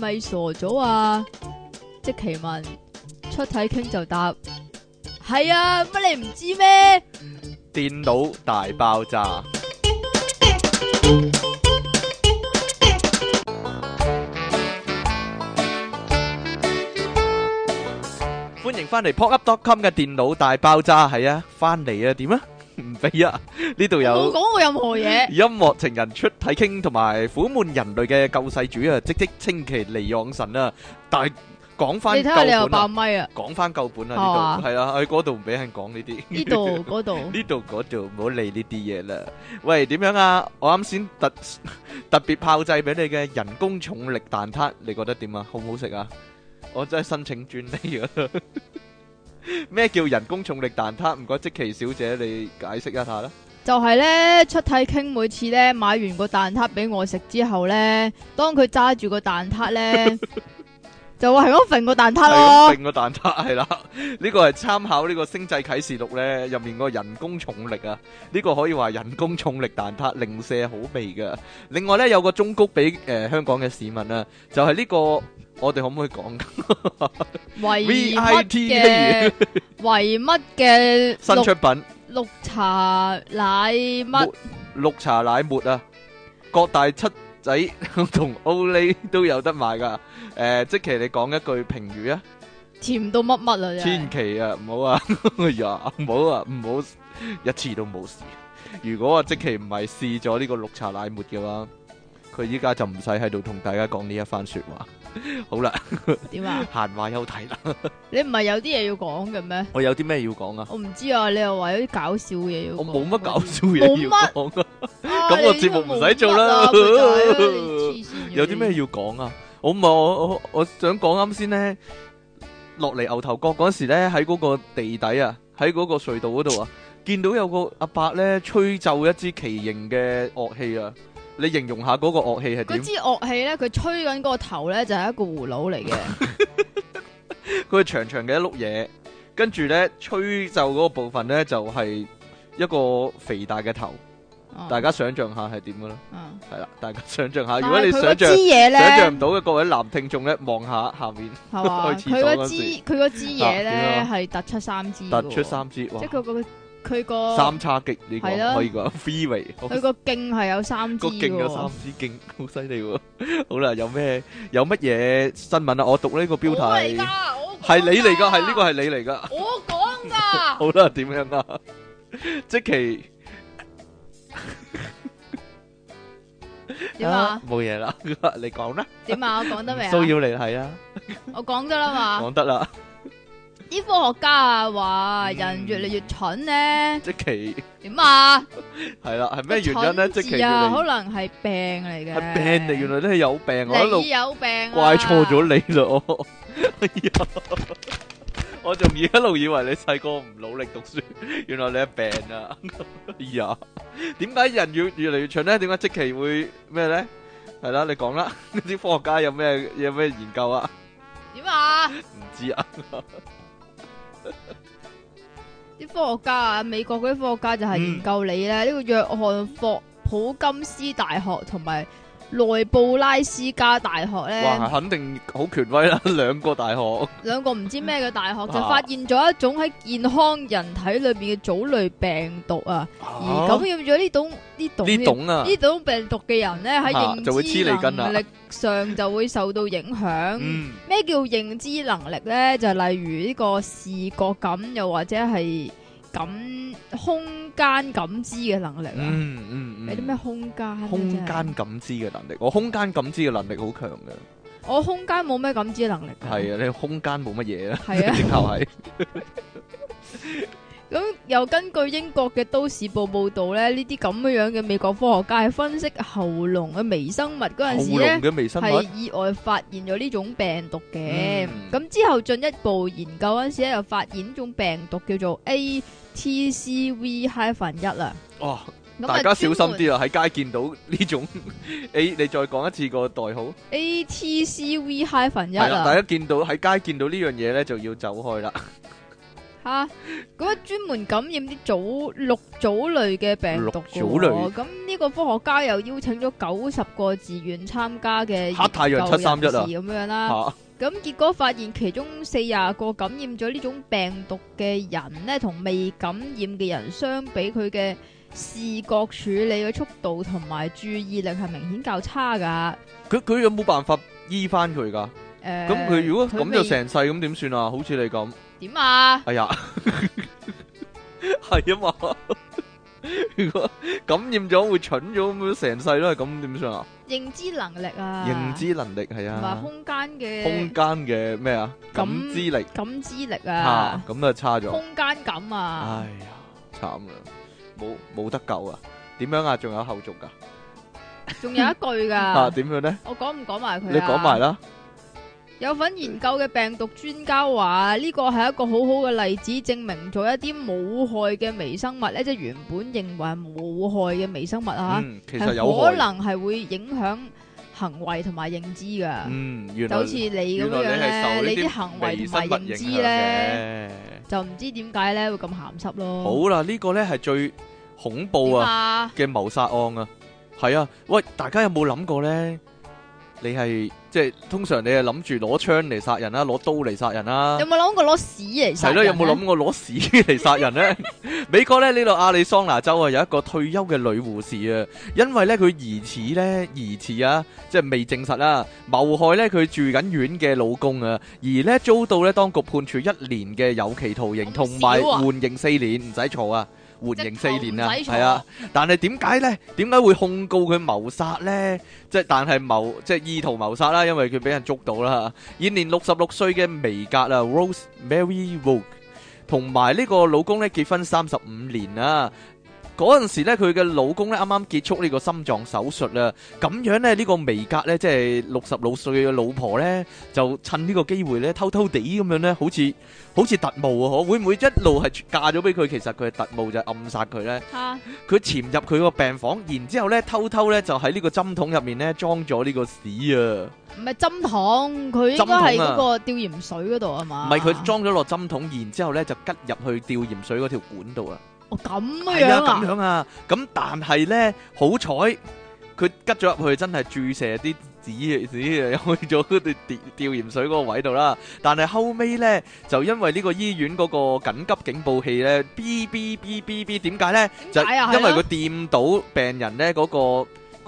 咪傻咗啊？即其問出體傾就答係啊，乜你唔知咩？電腦大爆炸。歡迎翻嚟 pocket.com 嘅電腦大爆炸，係啊，翻嚟啊，點 啊？唔俾啊！呢度冇有講過任何嘢。音樂情人出體傾同埋苦悶人類嘅救世主啊，即即稱其離岸神啊！但係講翻你睇下你舊又本爆啊，咪啊？講翻舊本啊，係嘛呢度係啊，喺嗰度唔俾人講呢啲。呢度 嗰度呢度嗰度唔好理呢啲嘢啦。喂，點樣啊？我啱先特 特別炮製俾你嘅人工重力蛋撻，你覺得點啊？好唔好食啊？我真係申請專利啊！ 咩叫人工重力蛋撻？唔該，即奇小姐，你解釋一下啦。就係咧，出體傾每次咧買完個蛋撻俾我食之後咧，當佢揸住個蛋撻 咧，就話係咁揈個蛋撻係咁咯。定個蛋撻係啦，呢個係參考呢個《星際啟示錄》咧入面個人工重力啊，呢個可以話人工重力蛋撻零舍好味噶。另外咧有個忠告俾誒香港嘅市民啊，就係呢個我哋可唔可以講㗎為乜 VIT 嘅 為乜嘅新綠出品綠茶奶乜冇綠茶奶沫啊，各大七仔同 Olay 都有得賣噶。誒，即其你講一句評語啊！甜到乜乜啊？真係千祈啊，唔好啊， 哎呀，唔好啊，唔好一次都冇事。如果啊，即期唔係試咗呢個綠茶奶沫嘅話，佢依家就唔使喺度同大家講呢一番説話。 好啦，點啊？閒話休題啦。你唔係有啲嘢要講嘅咩？我有啲咩要講啊？我唔知啊，你又話有啲搞笑嘢要講。我冇乜搞笑嘢要講啊，啊， 咁我你節目唔使做啦呢個冇乜 啊佢就係黐線嘅有啲咩要講啊？我唔係我我我想講啱先呢，落嚟牛頭角嗰時呢，喺嗰個地底啊，喺嗰個隧道嗰度啊，見到有個阿伯呢吹奏一支奇形嘅樂器啊！你形容下嗰個樂器係嗰點？支樂器咧，佢吹緊嗰個頭咧，就係一個葫蘆嚟 嘅。佢係長長嘅一碌嘢，跟住呢，吹奏嗰個部分呢，就係、一個肥大嘅頭，啊大家想象下係點嘅啦，啊係啦，大家想象下，但如果你係佢想象嗰支嘢想象咧，唔到嘅各位男聽眾呢，望下下面係嘛？去廁佢所嗰嗰支時佢嗰支嘢咧啊點啊係突出三支，突出，三支，哇即係！佢個佢個三叉戟呢個係啦 可以講 freeway，佢個徑係有三支個勁有三嘅。支勁，好犀利喎！ 好啦，有咩有乜嘢新聞啊？我讀呢個標我嚟題㗎，我係你嚟㗎，講㗎係呢個係你嚟㗎。 我講噶。好啦，點樣啊？ 即其點啊？？冇嘢啦， 你講啦，點啊？我講得 未啊？騷擾你係啊，我講咗啦嘛。講得啦。 啲科學家啊話嗯人越嚟越蠢咧，即其點啊？係啦，係咩原因個咧？蠢即其字原啊，可嚟能係病嚟嘅。係病嚟，原來咧係有病，我一路你有病啊怪錯咗你啦，我哎呀，我仲一路以為你細個唔努力讀書，原來你係病啊！哎呀，點解人越越嚟越蠢咧？點解即期會咩咧？係啦，你講啦，啲科學家有咩有咩研究啊？點啊？唔知啊，啲科學家啊，美國嗰啲科學家就係嗯研究你咧，呢、個約翰霍普金斯大學同埋內布拉斯加大學哇，咧，肯定好權威啦， 兩個大學兩個唔知咩嘅大學就啊發現咗一種喺健康人體裏邊嘅藻類病毒啊，而感染咗呢種呢種哦呢種啊，呢種病毒嘅人咧喺啊就會認黐知脷根啊能力上就會受到影響。嗯，咩叫認知能力咧？就例如呢個視覺感，又或者係感空間感知嘅能力啊。嗯嗯嗯，有啲咩空間啊？空真係間感知嘅能力？我空間感知嘅能力好強嘅。我空間冇咩感知能力。係啊，你空間冇乜嘢啦，係啊 直頭係咁又根據英國嘅都市報報導咧，呢啲咁樣樣嘅美國科學家喺分析喉嚨嘅微生物嗰陣時喉咧嚨。嘅微生物係意外發現咗呢種病毒嘅，嗯咁、之後進一步研究嗰陣時咧，就發現呢種病毒叫做 ATCV-1 啦。哦，啊咁大家小心啲啦，喺街見到呢 種，诶，你再講一次個代號， ATCV-1 係啦，大啊，家見到喺街見到呢樣嘢咧，就要走開啦，吓，咁啊專門感染啲藻綠藻類嘅病毒綠藻類嘅喎，咁呢個科學家又邀請咗九十個自願參加嘅黑太陽731啊研究人士咁樣啦，吓咁結果發現其中四廿個感染咗呢種病毒嘅人呢，同未感染嘅人相比，佢嘅視覺處理嘅速度同埋注意力係明顯較差噶。佢佢有冇辦法醫翻佢噶？诶、咁佢如果咁就未成世咁點算啊？好似你咁，點啊？哎 呀，係啊 嘛。如果感染咗會蠢咗咁樣，成世都係咁點算啊？認知能力啊，認知能力係同埋啊，空間嘅空間嘅咩啊？感感知力感知力吓啊，，咁啊差咗。空間感啊哎，呀，慘啦，冇冇得救啊？點樣啊？仲有後續噶？仲有一句 啊，噶，點樣咧？我講唔講埋佢啊？你講埋啦。有份研究嘅病毒專家話：呢個係一個好好嘅例子，證明咗一啲冇害嘅微生物咧，即係原本認為係冇害嘅微生物啊，嗯，其係實有害可。能係會影響行為同埋認知噶。嗯，原就來好似你咁原樣來咧，你係受呢你啲啲行為微同生埋物認影知響咧，嘅。就唔知點解咧會咁鹹濕咯。好啦，呢個咧係最恐怖點啊！啊！嘅謀殺案啊，係啊，喂，大家有冇諗過呢？你係即係通常你係諗住攞槍嚟殺人啦、攞刀嚟殺人啦、有冇諗過攞屎嚟殺係咯，人有咧？冇諗過攞屎嚟殺 人呢？美國咧呢度亞利桑那州啊，有一個退休嘅女護士啊，因為呢，佢疑似呢，疑似啊，即係未證實啦、謀害呢，佢住緊院嘅老公啊，而呢，遭到呢當局判處一年嘅有期徒刑，咁同埋少啊緩刑四年，唔使坐啊，緩刑四年啊，直頭唔使坐係啊，但係點解呢？點解會控告佢謀殺呢？即係但係謀即係意圖謀殺啦，因為佢俾人捉到啦。現年六十六歲嘅微格啊，Rose Mary Vogue，同埋呢個老公咧結婚三十五年啦。嗰陣時咧，佢嘅老公咧啱啱結束呢個心臟手術啦，咁樣咧呢個微格咧，即係六十六歲嘅老婆咧，就趁呢個機會咧，偷偷地咁樣咧，好似好似特務啊，可會唔會一路係嫁咗俾佢？其實佢係特務就係暗殺佢咧。嚇佢潛入佢個病房，然之後咧偷偷咧就喺呢個針筒入面咧裝咗呢個屎啊！唔係針筒，佢應該係嗰個吊鹽水嗰度啊嘛。唔係佢裝咗落針筒，然之後咧就吉入去吊鹽水嗰條管度啊！哦咁係樣咁啊，樣啊！咁但係咧，好彩佢吉咗入去，真係注射啲紙紙啊，去咗嗰啲吊吊鹽水嗰個位度啦。但係後尾咧，就因為呢個醫院嗰個緊急警報器咧，哔哔哔哔哔，點解咧？就點解啊？因為係佢咯掂到病人咧嗰、個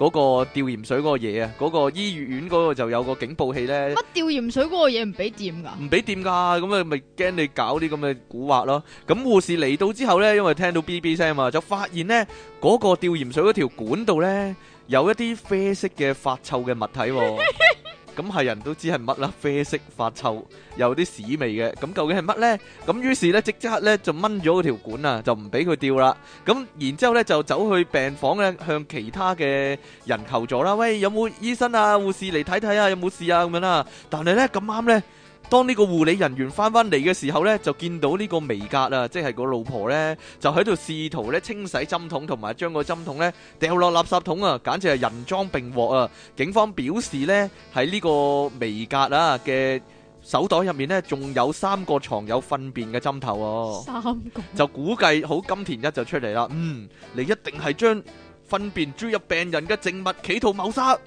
嗰、個吊鹽水嗰個嘢啊，嗰、個醫院嗰個就有個警報器咧，乜吊鹽水嗰個嘢唔俾掂㗎？唔俾掂㗎，咁啊咪驚你搞啲咁嘅蠱惑咯。咁護士嚟到之後咧，因為聽到 B B 聲嘛，就發現咧嗰、個吊鹽水嗰條管度咧有一啲啡色嘅發臭嘅物體 喎。咁係人都知係乜啦，啡色發臭，有啲屎味嘅。咁究竟係乜呢？咁於是呢，即刻呢就掹咗嗰條管啊，就唔俾佢吊啦。咁然之後呢，就走去病房呢，向其他嘅人求助啦。喂，有冇醫生啊、護士嚟睇睇啊？有冇事啊？咁樣啦。但係呢，咁啱呢，當呢個護理人員翻返嚟嘅時候呢，就見到呢個微格啊，即係個老婆呢，就喺度試圖呢清洗針筒，同埋將個針筒呢掉落垃圾桶啊，簡直係人贓並獲啊！警方表示呢，喺呢個微格啊嘅手袋入面呢，仲有三個藏有糞便嘅針頭哦、三個就估計好金田一就出嚟啦。嗯，你一定係將糞便注入病人嘅證物，企圖謀殺。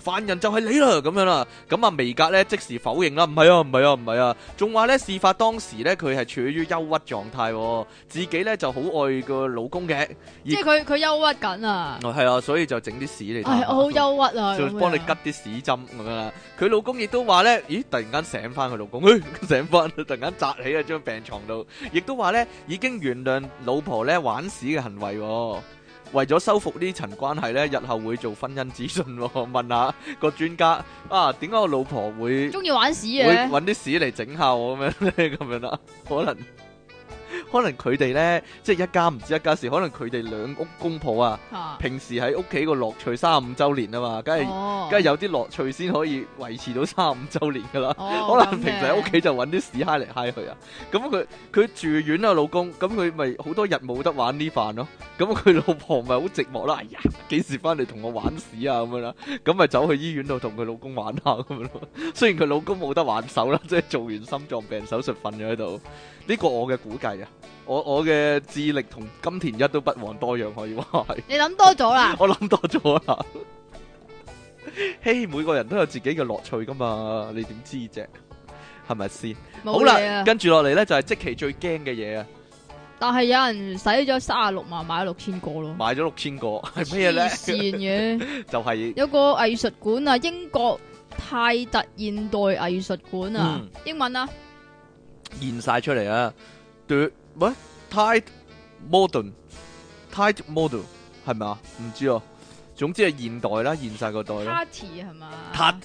犯人就係你啦，咁樣啦，咁啊微格呢即時否認啦，唔係啊，唔係啊，唔係啊，仲話呢，事發當時呢，佢係處於憂鬱狀態喎，自己呢就好愛個老公嘅，即係佢佢憂鬱緊啊！哦係啊，所以就整啲屎嚟打唉，我好憂鬱 啊！就咁樣幫你吉啲屎針咁樣啦。佢老公亦都話咧，咦，突然間醒翻佢老公，哎醒翻，突然間扎起喺張病床度，亦都話咧已經原諒老婆咧玩屎嘅行為、喎。為咗修復呢層關係咧，日後會做婚姻諮詢、喎。 問下個專家啊，點解我老婆會中意玩屎會嘅， 揾啲屎嚟整下我咁樣咧？咁樣啦，可能可能佢哋咧，即係一家唔止一家事，可能佢哋兩屋公婆啊，吓，平時喺屋企個樂趣三五週年啊嘛，梗係哦梗係有啲樂趣先可以維持到三五週年噶啦。哦 可能平時喺屋企就揾啲屎嗨嚟嗨去啊。咁佢佢住院啊，老公，咁佢咪好多日冇得玩呢飯咯。咁佢老婆咪好寂寞啦。哎呀，幾時翻嚟同我玩屎啊咁樣啦？咁咪走去醫院度同佢老公玩下咁樣咯。 雖然佢老公冇得玩手啦，即係做完心臟病手術瞓咗喺度。呢個我嘅估計啊，我我嘅智力同金田一都不遑多讓，可以話係。你諗多咗啦，我諗多咗啦。嘿，每個人都有自己嘅樂趣噶嘛，你點知啫？係咪先？ 好冇嘢啦，啊。跟住落嚟咧就係即期最驚嘅嘢啊！ 但係有人使咗三十六萬買咗六千個咯，買咗六千個，係咩黐咧？線嘅。 就係有個藝術館啊，英國泰特現代藝術館啊，嗯英文啊，現晒出嚟啊！對咩？Tide modern，Tide model 係咪啊？唔知啊，總之係現代啦，現晒個代啦。 party 係嘛？塔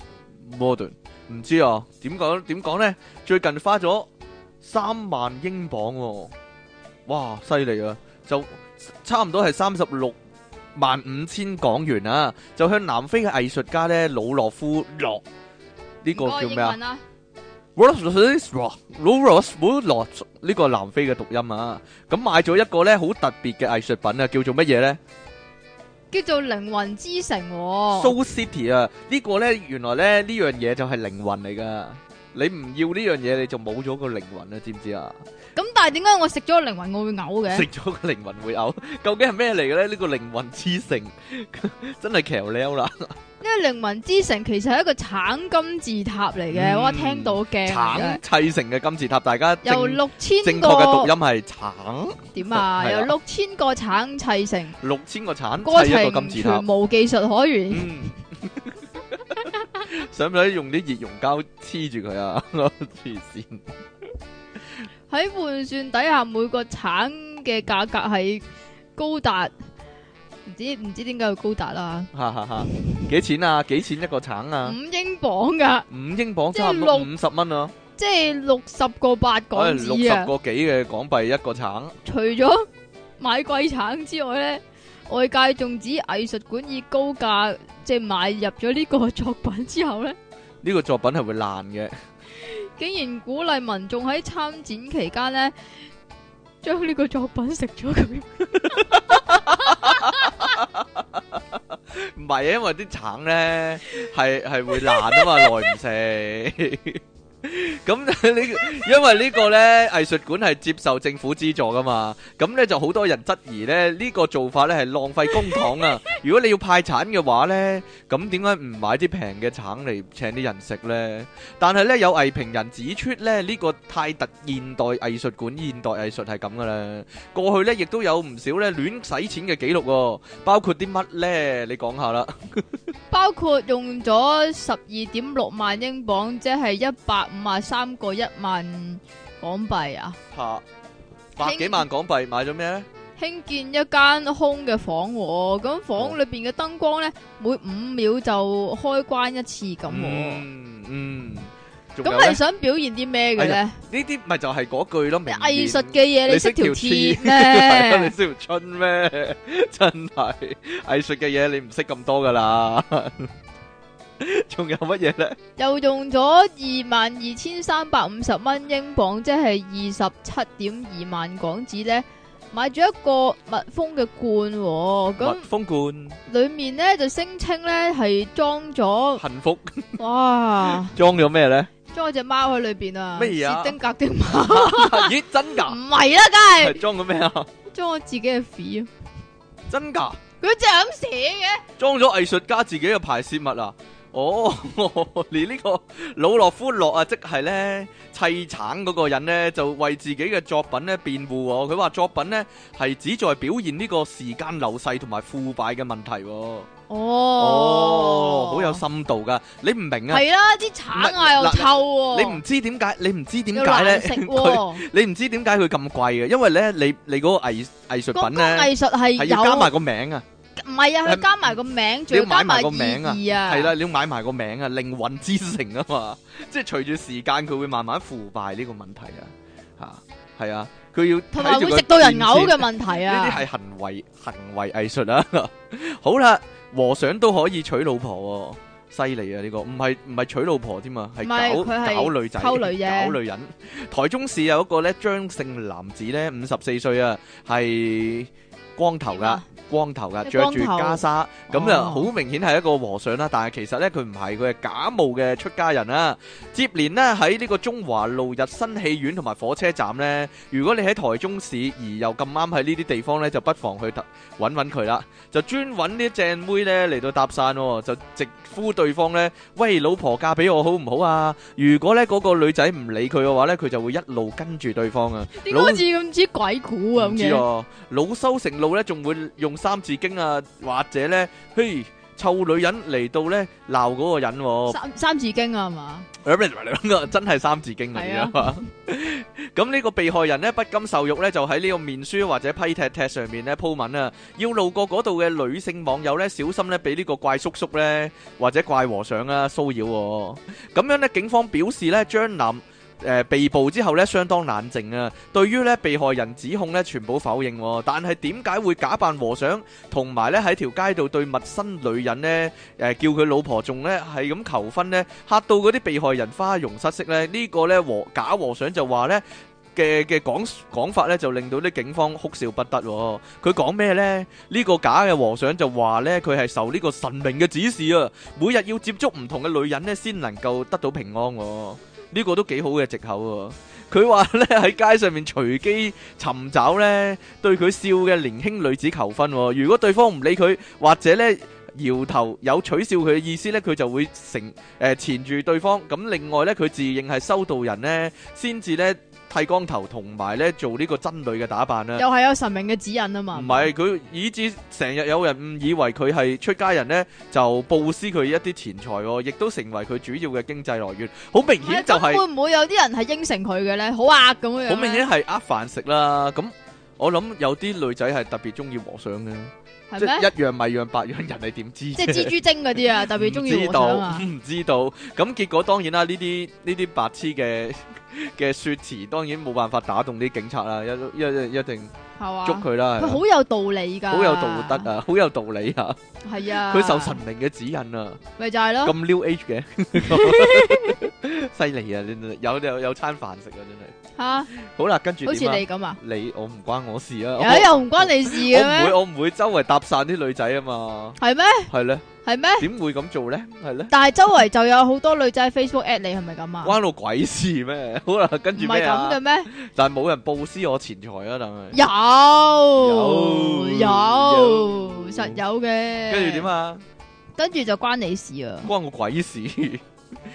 modern à. 唔知啊，點講點講咧？最近花咗三萬英鎊喎、哇，犀利啊！就差唔多係三十六萬五千港元啊！就向南非嘅藝術家咧魯洛夫洛呢、個叫咩啊？啊？ r o s s r o s r o s 呢個南非嘅讀音啊，咁買咗一個咧好特別嘅藝術品啊，叫做乜嘢咧？叫做靈魂之城喎， Soul City 啊，呢個呢，原來咧呢樣嘢就係靈魂嚟噶。你唔要呢樣嘢，你就冇咗個靈魂啦，知唔知啊？咁但係點解我食咗個靈魂我會嘔食嘅？咗個靈魂會嘔， 究竟係咩嚟嘅咧？呢個靈魂之城 真係騎呢啦，因為靈魂之城其實係一個橙金字塔嚟嘅，嗯我聽到嘅，橙砌成嘅金字塔，大家由正六千正確嘅讀個音係橙，點係啊？啊由六千個橙砌成，六千個橙過砌一個程金字塔全。無技術可言。嗯， 使唔使用啲熱熔膠黐住佢啊？ 黐線！喺換算底下，每個橙嘅價格係高達唔知唔知點解會高達啦，哈哈哈！幾錢啊？幾錢一個橙啊？五英鎊噶，五英鎊即係差唔多六五十蚊啊，即係六十個八港可能六十紙啊！個幾嘅港幣一個橙，除咗買貴橙之外咧，外界仲指藝術館以高價即係買入咗呢個作品之後咧，呢個作品係會爛嘅，竟然鼓勵民眾喺參展期間咧，將呢個作品食咗佢。唔係啊因為啲橙咧係係會爛啊嘛，耐唔食。咁呢，因為呢個咧藝術館係接受政府資助噶嘛，咁咧就好多人質疑咧呢個做法咧係浪費公帑啊！如果你要派橙嘅話咧，咁點解唔買啲平嘅橙嚟請啲人食咧？但係咧有藝評人指出咧，呢、個泰特現代藝術館現代藝術係咁噶啦，過去咧亦都有唔少咧亂使錢嘅記錄喎，包括啲乜咧？你講下啦，包括用咗十二點六萬英鎊，即係一百五啊三個一萬港幣啊，嚇百幾萬港幣買咗咩咧？興建一間空嘅房喎。咁哦房裏邊嘅燈光呢，每五秒就開關一次咁喎。嗯嗯，仲咁有係、咧想表現啲咩哎嘅呢？呢啲咪就係嗰句咯，名藝言術嘅嘢你你識識條條鐵鐵 係啊，你咩？識條春咩？ 真係藝術嘅嘢你唔識咁多噶啦。 仲有乜嘢咧？又用咗二萬二千三百五十蚊英鎊，即係二十七點二萬港紙呢，買咗一個密封嘅罐喎。咁蜜蜂罐、里面咧就聲稱咧係裝咗， 幸福 哇，裝咗咩咧？裝咗只貓喺裏邊啊！咩嘢啊薛丁格的貓咦，真唔㗎？係啦，梗係係裝咗咩啊？裝我自己嘅 f 真㗎？佢就係咁寫嘅，裝咗藝術家自己嘅排泄物啊！哦， 你呢個老洛夫洛啊，即係咧砌橙嗰個人咧，就為自己嘅作品咧辯護喎。佢話作品咧係旨在表現呢個時間流逝同埋腐敗嘅問題喎。哦，哦，好有深度噶，你唔明啊？係啦，啲橙唔係啊又嗱臭喎，你唔知點解，你唔知點又解咧？難食佢喎，你唔知點解佢咁貴嘅，因為咧，你你嗰個藝藝術嗰品個咧藝術係係有，要加埋個名啊，唔係啊，係佢加埋個名，你仲要要加買埋埋個名啊意義啊，係啦，，你要買埋個名啊，靈魂之城 啊嘛，即係隨住時間佢會慢慢腐敗呢個問題啊，嚇係啊，佢要同埋睇住會個食到人電嘔線嘅問題呢啲啊！係行為行為藝術啊！ 好啦，和尚都可以娶老婆喎、犀利啊！呢、個唔係唔係娶老婆添啊，係唔係搞佢係搞女仔，溝女啫搞女人。台中市有一個咧張姓男子咧，五十四歲啊，係光頭點噶啊，光頭噶，咩着光住頭袈裟，咁啊哦好明顯係一個和尚啦。但係其實咧佢唔係，佢係假冒嘅出家人啦。接連呢，喺呢個中華路日新戲院同埋火車站呢，如果你喺台中市而又咁啱喺呢啲地方呢，就不妨去特揾揾佢啦，就專揾啲正妹呢嚟到搭訕喎，就直呼對方呢：「喂老婆嫁俾我好唔好啊？如果呢嗰個女仔唔理佢嘅話呢，佢就會一路跟住對方啊。點解好似咁似鬼故咁唔知嘅？啊，老修成路咧，仲會用三字經啊，或者咧，嘿，臭女人嚟到咧鬧嗰個人喎、三三字經啊，係嘛？真係三字經嚟係 㗎啊嘛。咁呢個被害人呢，不甘受辱呢，就喺呢個面書或者批踢踢上面呢鋪文啊，要路過嗰度嘅女性網友呢，小心呢俾呢個怪叔叔呢，或者怪和尚啊騷擾喎。咁樣呢，警方表示呢，張男。誒、被捕之後呢，相當冷靜啊！對於呢被害人指控呢，全部否認、喎。但係點解會假扮和尚，同埋呢喺條街度對陌生女人呢？誒、呃叫佢老婆仲咧係咁求婚咧，嚇到嗰啲被害人花容失色咧。呢、個咧和假和尚就話咧嘅嘅講講法咧，就令到啲警方哭笑不得、喎。佢講咩咧？呢、個假嘅和尚就話咧，佢係受呢個神明嘅指示啊，每日要接觸唔同嘅女人咧，先能夠得到平安、喎。呢、個都幾好嘅藉口喎、佢話咧喺街上面隨機尋找咧對佢笑嘅年輕女子求婚、喎。如果對方唔理佢，或者咧。搖頭有取笑佢嘅意思呢，佢就會成誒、呃、纏住對方。咁另外呢，佢自認係修道人呢，先至呢剃光頭同埋呢做呢個真女嘅打扮啦。又係有神明嘅指引啊嘛？唔係佢以至成日有人誤以為佢係出家人呢，就布施佢一啲錢財、喎，亦都成為佢主要嘅經濟來源。好明係啊，顯就係、咁會唔會有啲人係應承佢嘅咧？好啊，咁樣樣呢好明顯係呃飯食啦。咁我諗有啲女仔係特別中意和尚嘅，即係咩？係一樣米養百樣人，你點知即啫？係蜘蛛精嗰啲 啊，特別中意唔知和道尚啊！唔知道。咁結果當然啦，呢啲呢啲白痴嘅嘅説詞當然冇辦法打動啲警察啦，一一一定係嘛？捉佢啦。佢好有道理㗎，好有道德！啊，好有道理啊！係啊，哦佢受神明嘅指引啊，咪就係咁咯， New Age 嘅， 犀利啊！真係有有有餐飯食啊，真係。吓，好啦，跟住好似點啊？你咁啊，你我唔關我事啊！有又唔關你事我唔嘅會咩？我唔會周圍搭訕啲女仔啊嘛，係咩？係咧，係咩？點會咁做咧？係咧，但係周圍就有好多女仔 Facebook at 你，係咪咁啊？關我鬼事咩？好啦，跟唔住係咩啊咁嘅？咩？但係冇人報私我錢財啊，但係有有有實有嘅。跟住點？啊？跟住就關你事啊！關我鬼事！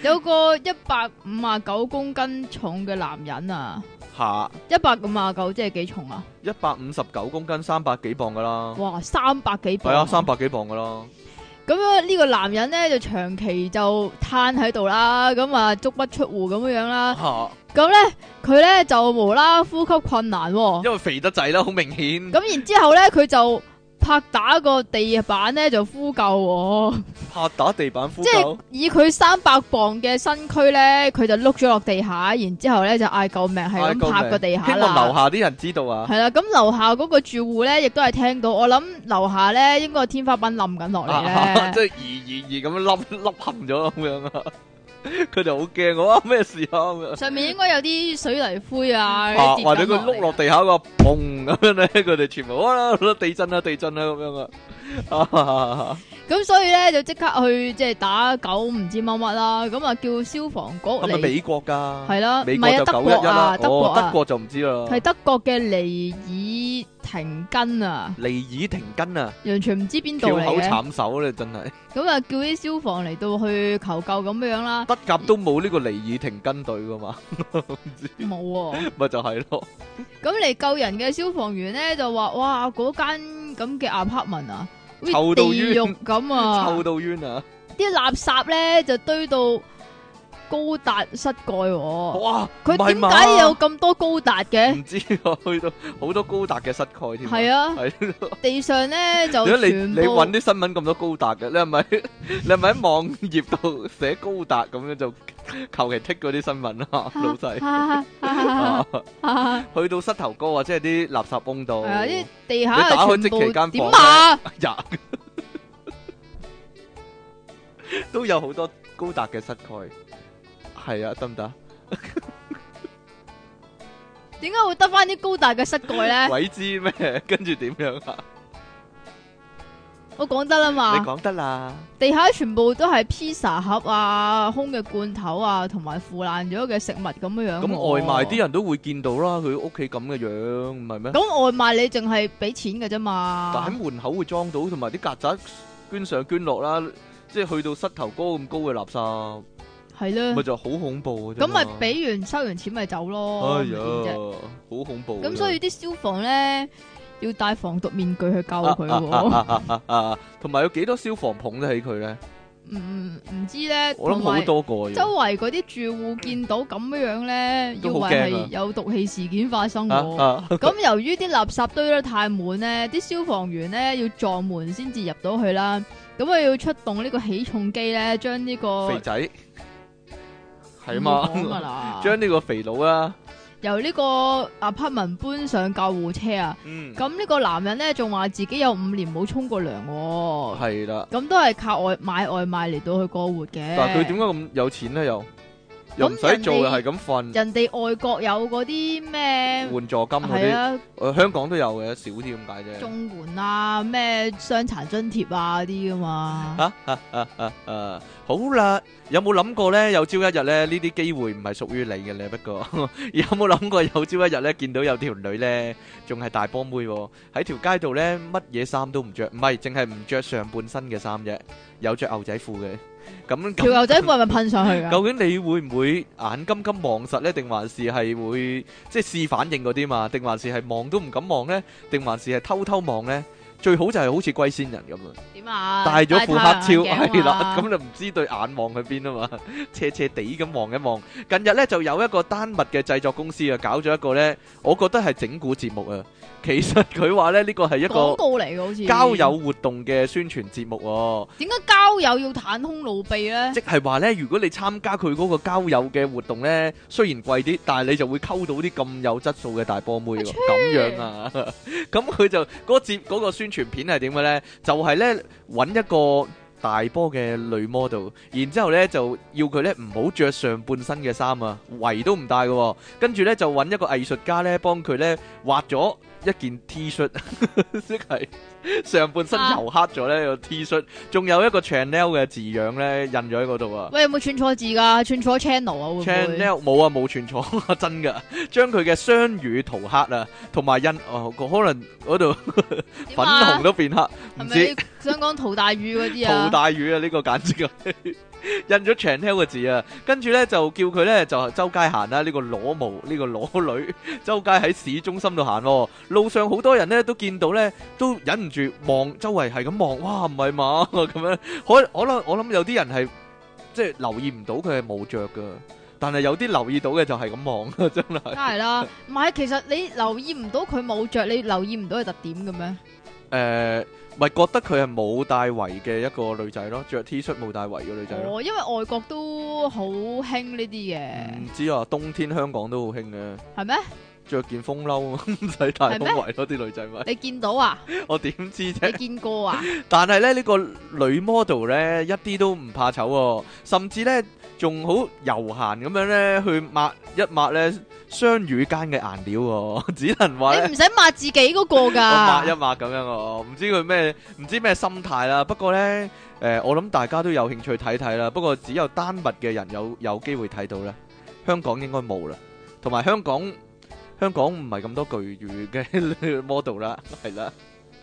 有個一百五啊九公斤重嘅男人啊，下一百五啊九即係幾重啊？一百五十九公斤，三百幾磅噶啦，哇，三百幾係磅啊，三百幾磅噶啦，咁樣呢個男人咧就長期就攤喺度啦，咁啊足不出戶咁樣樣啦。嚇，咁咧佢咧就無啦啦呼吸困難、喎。因為肥得滯啦，好明顯，咁然之後咧佢就拍打個地板咧就呼救、喎，拍打地板呼即係救，以佢三百磅嘅身軀咧，佢就碌咗落地下，然之後咧就嗌救命，係唉救咁拍個地命下希望啦樓。下啲人知道啊系，啦，咁樓下嗰個住戶咧，亦都係聽到，我諗樓下咧應該係天花板冧緊落嚟啊 即咧，係二二二咁樣凹凹 陷咗咁樣啊，佢就好驚我啊，咩事啊咁樣。上面應該有啲水泥灰啊，啊，跌緊或者佢碌嚟落地下個砰咁樣咧， 佢哋全部啊地震啦地震啦咁樣啊，咁所以咧就即刻去即係打九唔知乜乜啦，咁啊叫消防局係咪嚟美國㗎？係啦，唔美國係就啊德九國一一啦，啊德國哦，德啊，國就唔知啦。係德國嘅尼爾廷根啊，尼爾停根啊，完全唔知邊度翹嚟口嘅，慘手咧，真係咁啊叫啲消防嚟到去求救咁樣啦， 德甲都冇呢個尼爾停根隊噶嘛， 冇喎，咪就係咯，咁嚟救人嘅消防員咧就話哇嗰間咁嘅 apartment 啊，好似 臭到地冤獄咁啊，臭到冤啊！啲垃圾咧就堆到高達膝蓋喎。哇！佢唔係點嘛解有咁多高達嘅？唔知喎去到好多高達嘅膝蓋添。係啊係地上咧就如果你全你揾部啲新聞咁多高達嘅，你係咪 你係咪喺網頁度寫高達咁樣就求其剔嗰啲新 聞啊，老細。細啊去到膝頭哥啊，即係啲垃圾窿度。係啊！啲地哦你下打開全即期間房部點啊？呀， 都有好多高達嘅膝蓋。係啊，得唔得？點解會得翻啲高達嘅膝蓋 咧？鬼知咩？跟住點樣啊？我講得啦你嘛，講得啦。地下全部都係披薩盒啊、空嘅罐頭啊，同埋腐爛咗嘅食物咁樣樣。咁外賣啲，人都會見到啦，佢屋企咁嘅樣，唔係咩？咁外賣你淨係俾錢嘅啫嘛。但喺門口會裝到，同埋啲曱甴捐上捐落啦，即係去到膝頭哥咁高嘅垃圾，係咧咪，就好恐怖嘅啫咁嘛咪，俾完收完錢咪走咯。咁哎呀哎點啫，好恐怖嘅。咁所以啲消防咧要戴防毒面具去救啊佢啊喎。啊啊啊啊 同埋有幾多消防捧得起佢咧？唔唔嗯唔知咧，我同諗埋好多個要。周圍嗰啲住戶見到咁樣咧，以都好為驚係啊有毒氣事件發生啊喎。啊咁由於啲垃圾堆得太滿咧，啲消防員咧要撞門先至入到去啦。咁啊要出動呢個起重機咧，將呢個肥仔係唔好講㗎嘛？啦， 將呢個肥佬啦，由呢個 apartment 搬上救護車啊。嗯，咁呢個男人咧仲話自己有五年冇沖過涼喎，係啦。咁都係靠外買外賣嚟到去過活嘅。但係佢點解咁有錢咧？又又唔使做，又係咁瞓，人哋外國有嗰啲咩？換助金嗰係啲，啊，誒香港都有嘅，少啲咁解啫。綜援啊，咩傷殘津貼啊嗰啲噶嘛，啊，好啦，有冇諗過呢？有朝一日呢，呢啲機會唔係屬於你嘅咧。不過 有冇諗過有朝一日呢，見到有條女呢，仲係大波妹喎，喺條街度呢，乜嘢衫都唔着，唔係淨係唔着上半身嘅衫啫，有着牛仔褲嘅。咁條咁牛仔褲係咪噴上去噶？究竟你會唔會眼金金望實呢？定還是係會即係試反應嗰啲嘛？定還是係望都唔敢望呢？定還是係偷偷望呢？最好就係好似龜仙人咁啊！點啊？戴咗副黑超係係啦，咁就唔知對眼望去邊啊嘛，斜斜地咁望一望。近日咧就有一個丹麥嘅製作公司啊，搞咗一個咧，我覺得係整蠱節目啊。其實佢話咧呢個係一廣個告嚟嘅好似。交友活動嘅宣傳節目喎，點解交友要袒胸露臂咧？即係話咧，如果你參加佢嗰個交友嘅活動咧，雖然貴啲，但係你就會溝到啲咁有質素嘅大波妹喎，啊咁樣啊。 咁佢就嗰個節嗰個宣傳片係點嘅咧？就係咧揾一個大波嘅女 model，然之後咧就要佢咧唔好着上半身嘅衫啊，圍都唔戴嘅喎。跟住咧就揾一個藝術家咧幫佢咧畫咗一件 T 恤， 即係上半身啊油黑咗咧個 T 恤，仲有一個 Chanel 嘅字樣咧印咗喺嗰度啊。喂，有冇串錯字噶？串錯 channel 啊？會唔會？ Chanel 冇啊，冇串錯， 真噶，將佢嘅雙語塗黑啊，同埋印哦，可能嗰度點粉啊紅？都變黑，唔係知。咪想講陶大宇嗰啲陶啊？大宇啊，呢、個簡直啊， 印咗 Chanel 個字啊，跟住咧就叫佢咧就周街行啦，呢、個裸模，呢、個裸女， 周街喺市中心度行喎，路上好多人咧都見到咧，都忍唔住望周圍係咁望，哇唔係嘛 咁樣，可可能我諗有啲人係即係留意唔到佢係冇着噶，但係有啲留意到嘅就係咁望 啊，真係。梗係啦，唔係，其實你留意唔到佢冇着，你留意唔到佢特點嘅咩？誒，咪覺得佢係冇戴圍嘅一個女仔咯，着 T 恤冇戴圍嘅女仔咯。哦，因為外國都好興呢啲唔嘅，知啊，冬天香港都好興嘅。係咩？着件風褸啊， 唔使戴胸圍咯，啲女仔咪，你見到啊？我點知你啫？見過啊？但係咧呢、呢個女 model 咧一啲都唔怕醜喎、甚至咧仲好悠閒咁樣咧去抹一抹咧雙乳間嘅顏料喎、 只能話咧你唔使抹自己嗰個 我抹一噶，抹咁樣喎、唔知佢咩唔知咩心態啦。不過咧誒、我諗大家都有興趣睇睇啦。不過只有丹麥嘅人有有機會睇到啦，香港應該冇啦。同埋香港香港唔係咁多巨乳嘅 model 啦，係啦。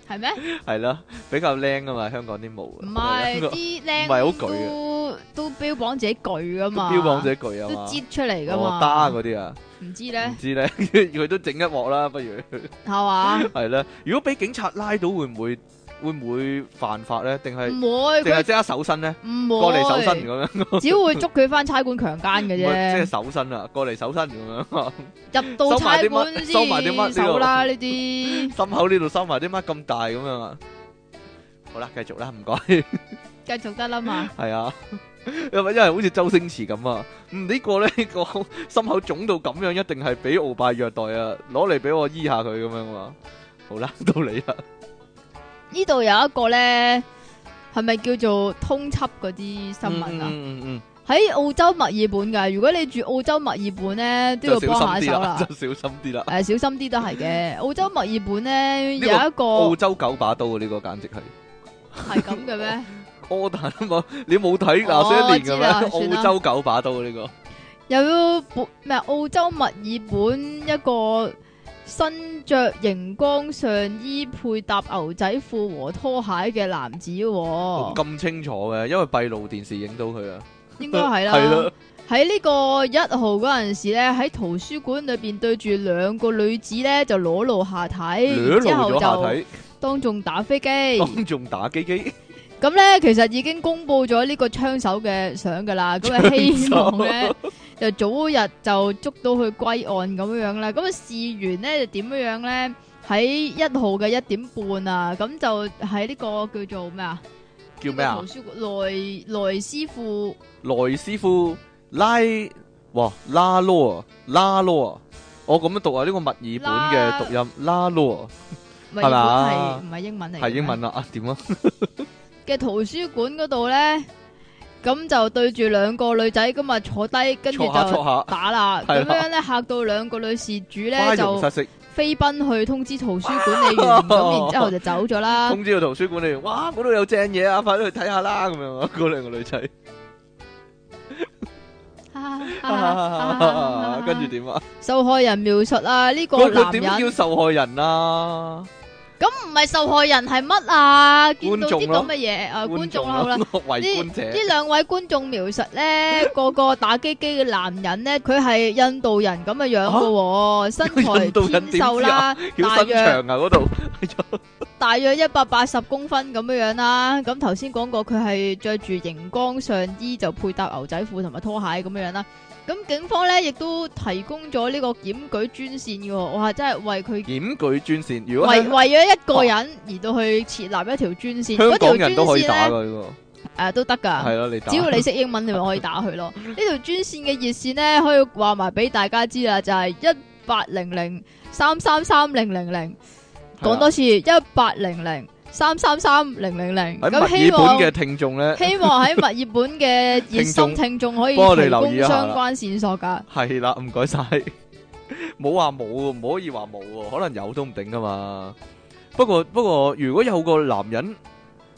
係咩？系啦，比較靚啊嘛，香港啲毛唔係係啊啲靚唔係好巨啊都都標榜自己巨噶都嘛，標榜自己巨啊都嘛，擠出嚟噶哦嘛，打嗰啲啊，唔知咧唔知咧， 佢都整一鑊啦，不如係嘛？係啦。如果俾警察拉到，會唔會會唔會犯法咧？定係唔會定係佢即刻手身咧？唔過嚟手身會，咁樣，只會捉佢翻差館強姦嘅唔係即啫。係手身啊，過嚟手身咁樣， 入到差館收埋啲乜先手啦呢啲，心口呢度收埋啲乜咁大咁樣啊！好啦，繼續啦，唔該。 繼續得啦嘛。系啊，因為因為好似周星馳咁啊，嗯呢個呢個 心口腫到咁樣，一定係俾鳌拜虐待啊，攞嚟俾我醫下佢咁樣啊嘛。好啦， 到你啦，呢度有一個咧，係咪叫做通緝嗰啲新聞啊？嗯嗯嗯，喺澳洲墨爾本噶，如果你住澳洲墨爾本咧，嗯都就要小幫心下啲手啦，啦。 就小心啲啦。诶、呃小心啲都係 嘅。澳洲墨爾本咧呢有個一澳個洲九把刀啊，呢個簡直係係咁嘅咩？柯達啊嘛，你冇睇哦那些年嘅我知咩？啦算啦澳洲九把刀啊，呢個有本咩澳洲墨爾本一個身着熒光上衣配搭牛仔褲和拖鞋嘅男子、喎，哦咁啊清楚嘅，因為閉路電視影到佢啊。應該係係啦咯。喺呢個一號嗰陣時咧，喺圖書館裏边對住兩個女子咧就裸露下體，掠然之後露咗下就體，當眾打飛機。當眾打機機。咁咧，其實已經公布咗呢個槍手嘅相噶啦，咁啊希望咧就早日就捉到佢歸案咁樣样啦。咁啊事源咧就點樣样咧？喺一號嘅一點半啊，咁就喺呢個叫做咩啊？叫咩啊呢個圖？書館內內師傅萊師傅拉哇拉羅拉羅，我咁樣讀啊，呢、個墨爾本嘅拉讀音拉羅咪係嘛係唔係英文嚟？係英文啦啊，點啊？嘅圖書館嗰度咧，咁就對住兩個女仔咁啊坐低，跟住戳下戳就下，打啦。係咁啦樣咧嚇到兩個女事主花咧容就。失色，飛奔去通知圖書管理員，咁然之後就走咗啦。通知個圖書館裏面，哇，嗰度有正嘢啊，快啲去睇下啦，咁樣啊，嗰兩個女仔，跟住點啊？受害人描述啊，呢個佢男佢點叫人受害人啊？咁唔係受害人係乜啊？見到啲觀眾咯咁嘅嘢啊，觀眾啦好啦 啦。，圍觀者呢兩位觀眾描述咧，個個打機機嘅男人咧，佢係印度人咁嘅樣嘅喎，身印度材人偏瘦啦，叫大伸長約啊嗰度，大約一百八十公分咁樣樣啦。咁頭先講過，佢係着住熒光上衣就配搭牛仔褲同埋拖鞋咁樣樣啦。咁警方咧亦都提供咗呢個檢舉專線嘅喎，哇！真係為佢檢舉專線，如果為香為咗一個人而到去設立一條專線，嗰條香港專人都可以打線咧㗎呢誒都得個，係㗎。啦，你打只要你識英文，你咪可以打佢咯。呢條專線嘅熱線咧，可以話埋俾大家知啦，啊就係一八零零三三三零零零。係啦講多次一八零零三三三零零零。喺咁希墨爾望本嘅聽眾咧， 希望喺墨爾本嘅熱聽眾心聽眾可以幫我哋提留意供一下啦相關線索㗎。係啦，唔該晒。 冇話冇喎，唔可以話冇喎，可能有都唔定噶嘛。不過不過，如果有個男人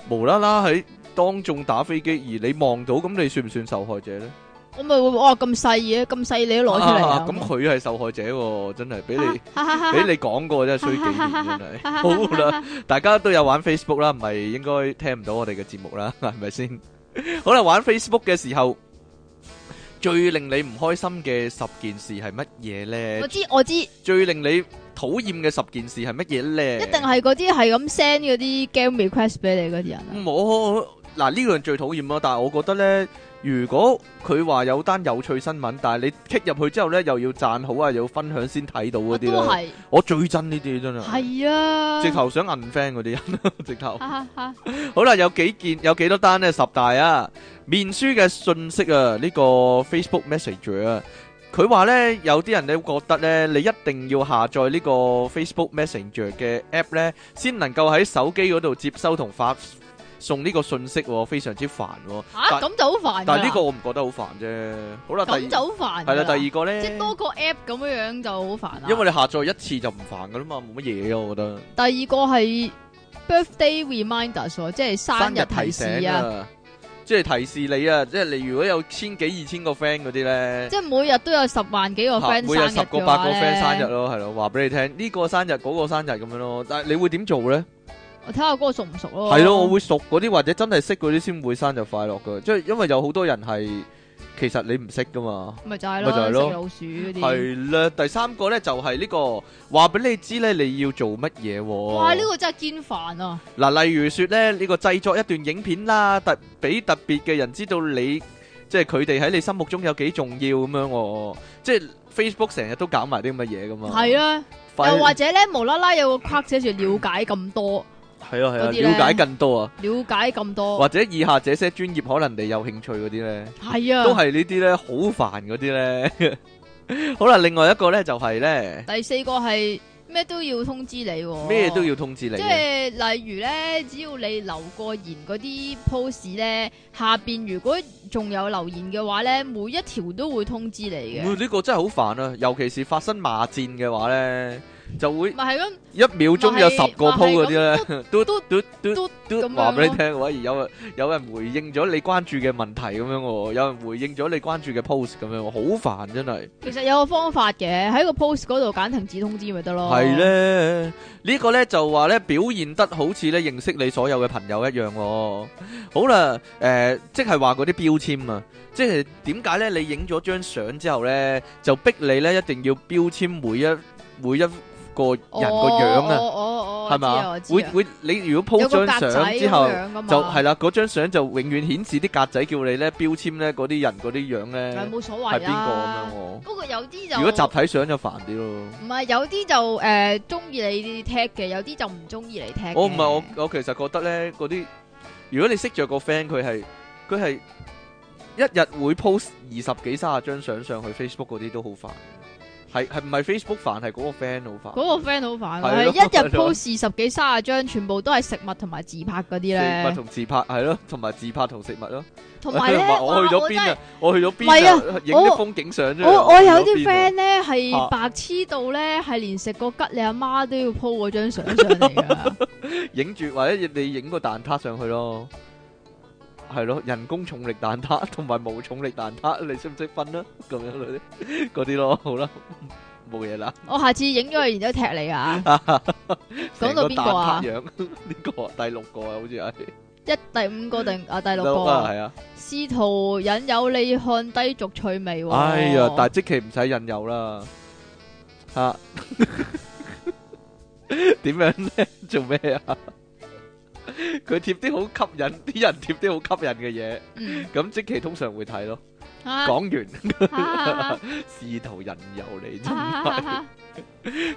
無啦啦喺當眾打飛機，而你望到，咁你算唔算受害者咧？我咪會哇咁細嘅，咁細你都攞出嚟啊啊咁佢係受害者喎，真係俾你 俾你你講過真係衰幾年 真係。好啦，大家都有玩 Facebook 啦，唔係應該聽唔到我哋嘅節目啦， 係咪先？好啦，玩 Facebook 嘅時候，最令你唔開心嘅十件事係乜嘢咧？我知我知，一最令你討厭嘅十件事係乜嘢咧？定係嗰啲係咁 send 嗰啲 game request 俾你嗰啲人啊。嗯我嗱呢樣最討厭咯，但係我覺得咧，如果佢話有單有趣新聞，但係你 click 入去之後咧，又要讚好啊，又要分享先睇到嗰我都啲咧，係我最憎呢啲真係，係啊。直頭想 unfriend 嗰啲人， 直頭。哈哈哈好啦，有幾件有幾多單呢？十大啊，面書嘅信息啊，呢、個 Facebook Messenger 啊，佢話呢，有啲人咧覺得呢，你一定要下載呢個 Facebook Messenger 嘅 app 呢，先能夠喺手機嗰度接收同發送呢個信息、喎，非常之煩、喎。吓但咁就好煩㗎啦。但係呢個我唔覺得好煩啫。好啦，第咁就二好煩㗎係啦。啦，第二個呢，即係多個 app 咁樣樣就好煩啦。因為你下載一次就唔煩噶啦嘛，冇乜嘢啊，我覺得。第二個係 birthday reminders，喎即係生日提示生日提醒啊，啊！即係提示你啊！即係你如果有千幾二千個 friend 嗰啲呢。即係每日都有十萬幾個嚇 friend 每生日日十個嘅八話個 friend 生日咧，咯，係咯，話俾你聽呢個生日嗰個生日咁樣咯。但係你會點做咧？我睇下嗰個熟唔熟咯。係咯，我會熟嗰啲或者真係識嗰啲先會生日快樂噶，即係因為有好多人係其實你唔識噶嘛。咪就係咪就係咯，咯食老鼠嗰啲。係啦，第三個咧就係呢個話俾你知咧，你要做乜嘢喎？哇！呢個真係堅煩啊！嗱，例如說咧，呢、個製作一段影片啦，特俾特別嘅人知道你，即係佢哋喺你心目中有幾重要咁樣喎、即係 Facebook 成日都搞埋啲咁嘅嘢噶嘛。係啊，快，又或者咧，無啦啦有個框寫住了解咁多，係啊係啊，嗰啲呢了解更多啊，了解咁多，或者以下這些專業可能你有興趣嗰啲咧， 係啊。都係呢啲咧好煩嗰啲咧。好啦，另外一個咧就係咧，第四個係咩都要通知你、喎，咩都。要通知你即嘅，係例如咧，只要你留過言嗰啲 post 咧，下边如果仲有留言嘅話咧，每一條都會通知你哇嘅，呢、個真係好煩啊！尤其是發生罵戰嘅話咧，就會咪係咁一秒鐘有十個鋪嗰啲咧。嘟 嘟嘟嘟嘟嘟嘟咁，樣話俾你咯聽嘅話，而有有人回應咗你關注嘅問題咁樣喎，有人回應咗你關注嘅 post 咁樣喎，好煩真係。其實有個方法嘅，喺個 post 嗰度揀停止通知咪得咯。係咧，呢個呢就話呢表現得好似呢認識你所有嘅朋友一樣喎。好啦，誒，即係話嗰啲標籤啊，即係點解呢？你影咗張相之後呢，就逼你呢一定要標籤每一每一個哦，人個樣啊，哦，哦哦，我係知啊嘛我？知啊會會你如果 po 有個張格仔相之咁後。樣㗎啊嘛就係啦，嗰張相就永遠顯示啲格仔叫你咧標籤咧嗰啲人嗰啲樣係咧冇所係謂啊邊個咁樣啦。喎。不過有啲就如果集體相就煩啲咯。唔係有啲就诶中意你 tag 嘅，有啲就唔中意你 tag 嘅。我唔係我我其實覺得咧嗰啲，如果你識着個 friend，佢係佢係一日會 post 二十幾三十張相上去 Facebook 嗰啲都好煩。係係唔係 Facebook 煩係嗰個 friend 好嗰煩。個 friend 好煩係啊，咯係一日係咯 post 十幾三十張，全部都係食物同埋自拍嗰啲食物咧，同自拍係咯，同埋自拍同食物咯。同 埋咧，話我去咗哇邊真啊係？我去咗邊唔啊？影啲我風景相啫。我我有啲去咗邊啊 friend 咧啊係白痴到咧，係連食個吉你阿媽都要 po 嗰張相上嚟 㗎。影住或者你影個蛋撻上去咯，係咯，人工重力蛋撻同埋無重力蛋撻，你識唔識分啊？咁樣嗰啲 嗰啲咯，好啦，冇嘢啦。我下次影咗佢，然之後踢你啊！成講個到邊蛋個啊撻樣 呢個啊第六個啊，好似係一第五個定啊第六個啊，啊，係啊。試圖引誘你看低俗趣味喎。哎呀，但係即期唔使引誘啦，吓 點樣咧？ 做咩啊？佢貼啲好吸引，啲人貼啲好吸引嘅嘢，嗯 咁即期通常會睇咯。啊講完。 啊試圖引誘你真係。啊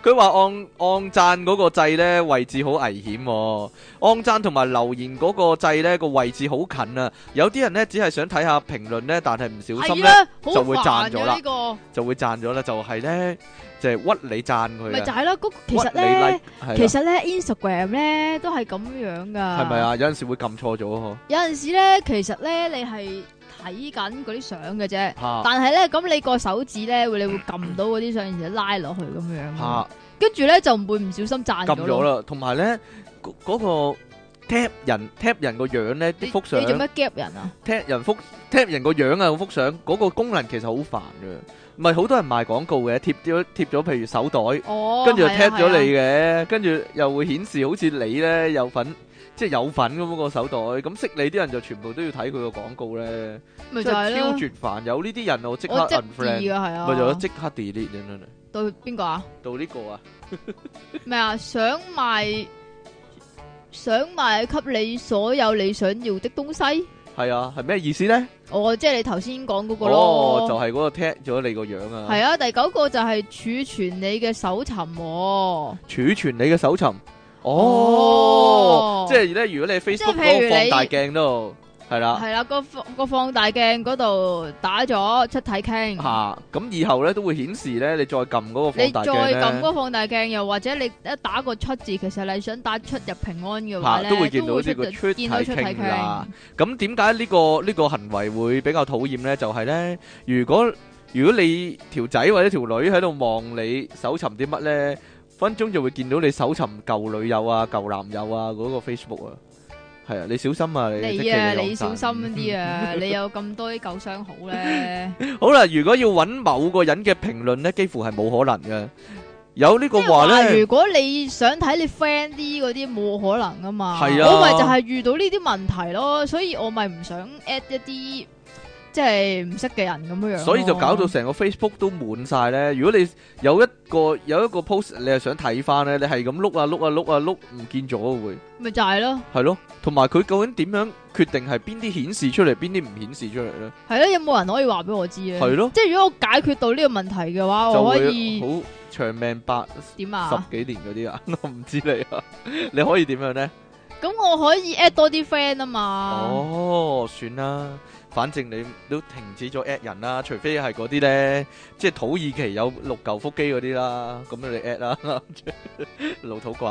佢話按按讚嗰個掣呢位置好危險、喎，按讚同埋留言嗰個掣呢個位置好近啊！有啲人呢只係想睇下評論呢，但係唔 小心係呢啦，好就會煩啊賺咗啦嘅呢個，就會讚咗啦，就係、呢，就係、屈你讚佢咪就啊，係咯。嗰其實屈你 like 咧，係啦其實咧 Instagram 咧都係咁樣噶。係咪？啊？有陣時會撳錯咗喎有陣時咧，其實咧你係睇緊嗰啲相嘅啫，嚇但係咧咁你個手指咧會你會撳到嗰啲相，然後拉落去咁樣。嚇跟住咧就唔會唔小心賺撳咗咯。啦，同埋呢嗰嗰、個 tap 人 tap 人個樣呢你啲你幅相做。咩 gap 人啊？踢人幅踢人個樣啊，幅相嗰個功能其實好煩嘅，唔係好多人賣廣告嘅，貼咗貼咗譬如手袋，哦，跟住就踢係啊咗你係啊嘅，跟住又會顯示好似你呢有份，即係有份咁個手袋，咁識你啲人就全部都要睇佢個廣告呢，咪真就係係超咯。絕煩，有呢啲人我即刻我即字噶 unfriend，係啊。咪就即刻 delete 真係到邊個啊？到呢個啊，咩啊？想賣想賣給你所有你想要的東西。係啊，係咩意思呢？哦，即係你頭先講嗰個哦，就咯。係嗰個踢咗你個樣啊，係啊，第九個就係儲存你嘅搜尋喎，儲存你嘅搜尋。哦，哦即係咧，如果你喺 Facebook 即係譬嗰如個放大你鏡度，係啦，係啦，個放個放大鏡嗰度打咗出體傾，吓咁以後咧都會顯示咧，你再撳嗰個你啊再放大鏡撳嗰咧，個放大鏡，又或者你一打個出字，其實你想打出入平安嘅話吓咧，都都會會見到呢出個到出體見到出體傾啦傾。咁點解呢個呢個行為會比較討厭咧？就係咧，如果如果你條仔或者條女喺度望你搜尋啲乜咧，分鐘就會見到你搜尋舊女友啊、舊男友啊嗰個 Facebook 啊，係啊，你小心啊，你你啊，即期你小網心站啲 啊！你有咁多啲舊傷好咧，好啦，如果要揾某個人嘅評論呢，幾乎係冇可能嘅。有呢個即係話話呢，如果你想睇你 friend 啲嗰啲冇可能噶嘛，係啊我咪就係遇到呢啲問題咯，所以我咪唔想 at 一啲即係唔識嘅人咁樣樣咯。所以就搞到成個 Facebook 都滿晒咧。如果你有一個有一個 post 你係想睇翻咧，你係咁碌啊碌啊碌啊碌，唔見咗嘅會咪就係咯，係咯。同埋佢究竟點樣決定係邊啲顯示出嚟，邊啲唔顯示出嚟咧？係咯，有冇人可以話俾我知咧？係咯即係如果我解決到呢個問題嘅話，就我可會以好長命百點啊？十幾年嗰啲啊， 我唔知你啊， 你可以點樣咧？咁我可以 at 多啲 friend 啊嘛。哦，算啦，反正你都停止咗 at 人啦，除非係嗰啲咧，即係土耳其有六嚿腹肌嗰啲啦，咁你 at 啦， 老土怪。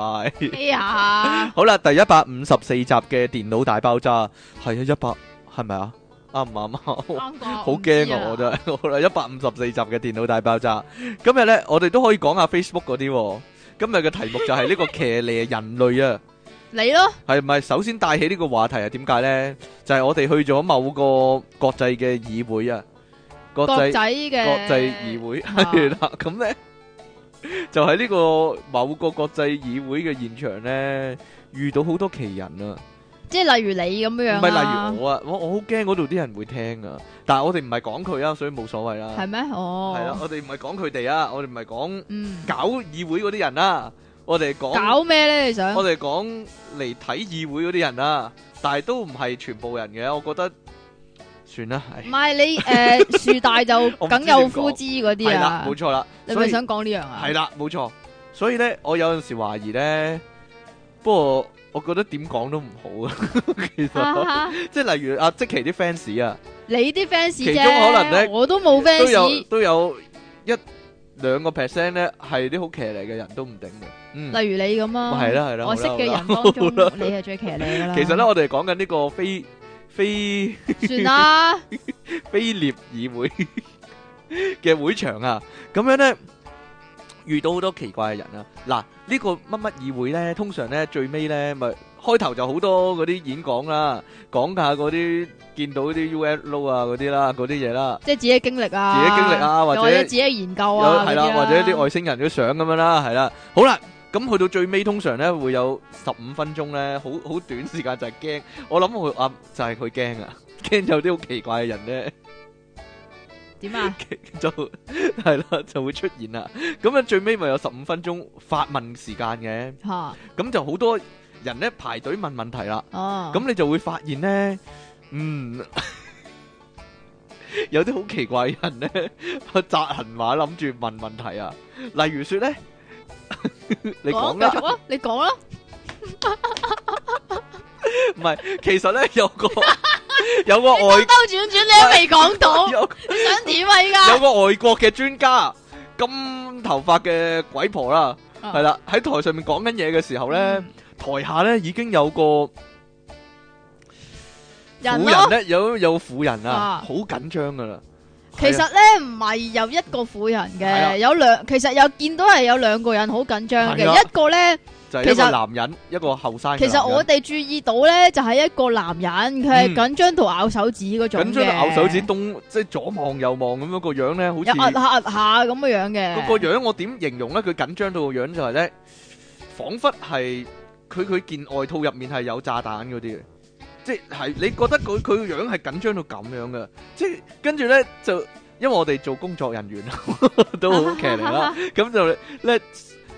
哎 呀，好啦，第一百五十四集嘅電腦大爆炸，係啊，一百係咪啊？啱唔啱啊？啱啩好驚 啊！我真係好啦，一百五十四集嘅電腦大爆炸。今日呢，我哋都可以講下 Facebook 嗰啲喎。今日嘅題目就係呢個騎呢人類啊，你咯，係咪？首先帶起呢個話題係點解呢？就係、我哋去咗某個國際嘅議會啊，國國際際嘅國際議會係啊啦，咁咧就喺呢個某個國際議會嘅現場咧，遇到好多奇人啊！即係例如你咁樣樣唔係例如我啊，我我好驚嗰度啲人會聽啊！但係我哋唔係講佢啊，所以冇所謂啦。係咩？哦，係啦，我哋唔係講佢哋啊，我哋唔係講嗯，搞議會嗰啲人啦，我哋講搞咩咧？你想我哋講嚟睇議會嗰啲人啦，但係都唔係全部人嘅，我覺得算啦，唉唔係 你诶樹大就我唔知梗有枯枝嗰啲係啦，啊冇？錯啦，你所咪以想講呢樣啊？系啦，冇錯。所以咧，我有阵时怀疑咧，不過我覺得點講都 唔好啊。其實啊哈，即係例如阿即奇啲 fans 啊，你啲 fans 啫，其中可能咧我都冇都有 fans。都有一兩個 percent 咧係啲好騎呢嘅人都唔定嘅。嗯，例如你咁啊，係啦係啦我識好啦嘅人好啦當中，好啦 你係最騎呢㗎啦。其實咧，我哋講緊呢個菲菲算 啦，菲涅議會 嘅會場啊，咁樣咧遇到好多奇怪嘅人啊。嗱，呢個乜乜議會咧，通常咧最尾咧咪開頭就好多嗰啲演講啦，講下嗰啲見到啲 UFO 啊嗰啲啦，嗰啲嘢啦，即係自己經歷啊，自己經歷啊或者又或者自己研究有啊，係啦，嗰啲或者啲外星人啲相咁樣啦，係啦，好啦。咁去到最尾，通常咧會有十五分鐘咧，好好短時間就係驚。我諗佢啊，就係佢驚啊， 驚有啲好奇怪嘅人咧。 點啊？ 就係啦，就會出現啦。咁啊，最尾咪有十五分鐘發問時間嘅，吓咁就好多人咧排隊問問題啦。哦，咁你就會發現咧，嗯， 有啲好奇怪嘅人咧， 扎行馬諗住問問題啊。例如說咧， 你講繼啦，續啊，你講啦，唔係，其實咧有個 有個你兜外兜轉轉你都未講到， 有你想點啊？依家有個外國嘅專家，金頭髮嘅鬼婆啦，啊係啦，喺台上面講緊嘢嘅時候咧。嗯台下咧已經有個人婦人咯，咧，有有婦人啊啊，好緊張噶啦。其係啊實咧唔係有一個婦人係啊嘅，有兩，其實有見到係有兩個人好緊張係啊嘅，一個咧，就係一其個實男人，一個後生嘅男人。其實我哋注意到咧就係一個男人，佢嗯係緊張到咬手指嗰種緊張到嘅咬手指，東即係左望右望咁樣個樣咧，好又壓似下壓下咁嘅樣嘅，個個樣我點形容咧？佢緊張到個樣就係咧，彷彿係佢佢件外套入面係有炸彈嗰啲嘅。即係你覺得佢佢個樣係緊張到咁樣嘅，即係跟住咧就因為我哋做工作人員 都好騎呢啦。咁就咧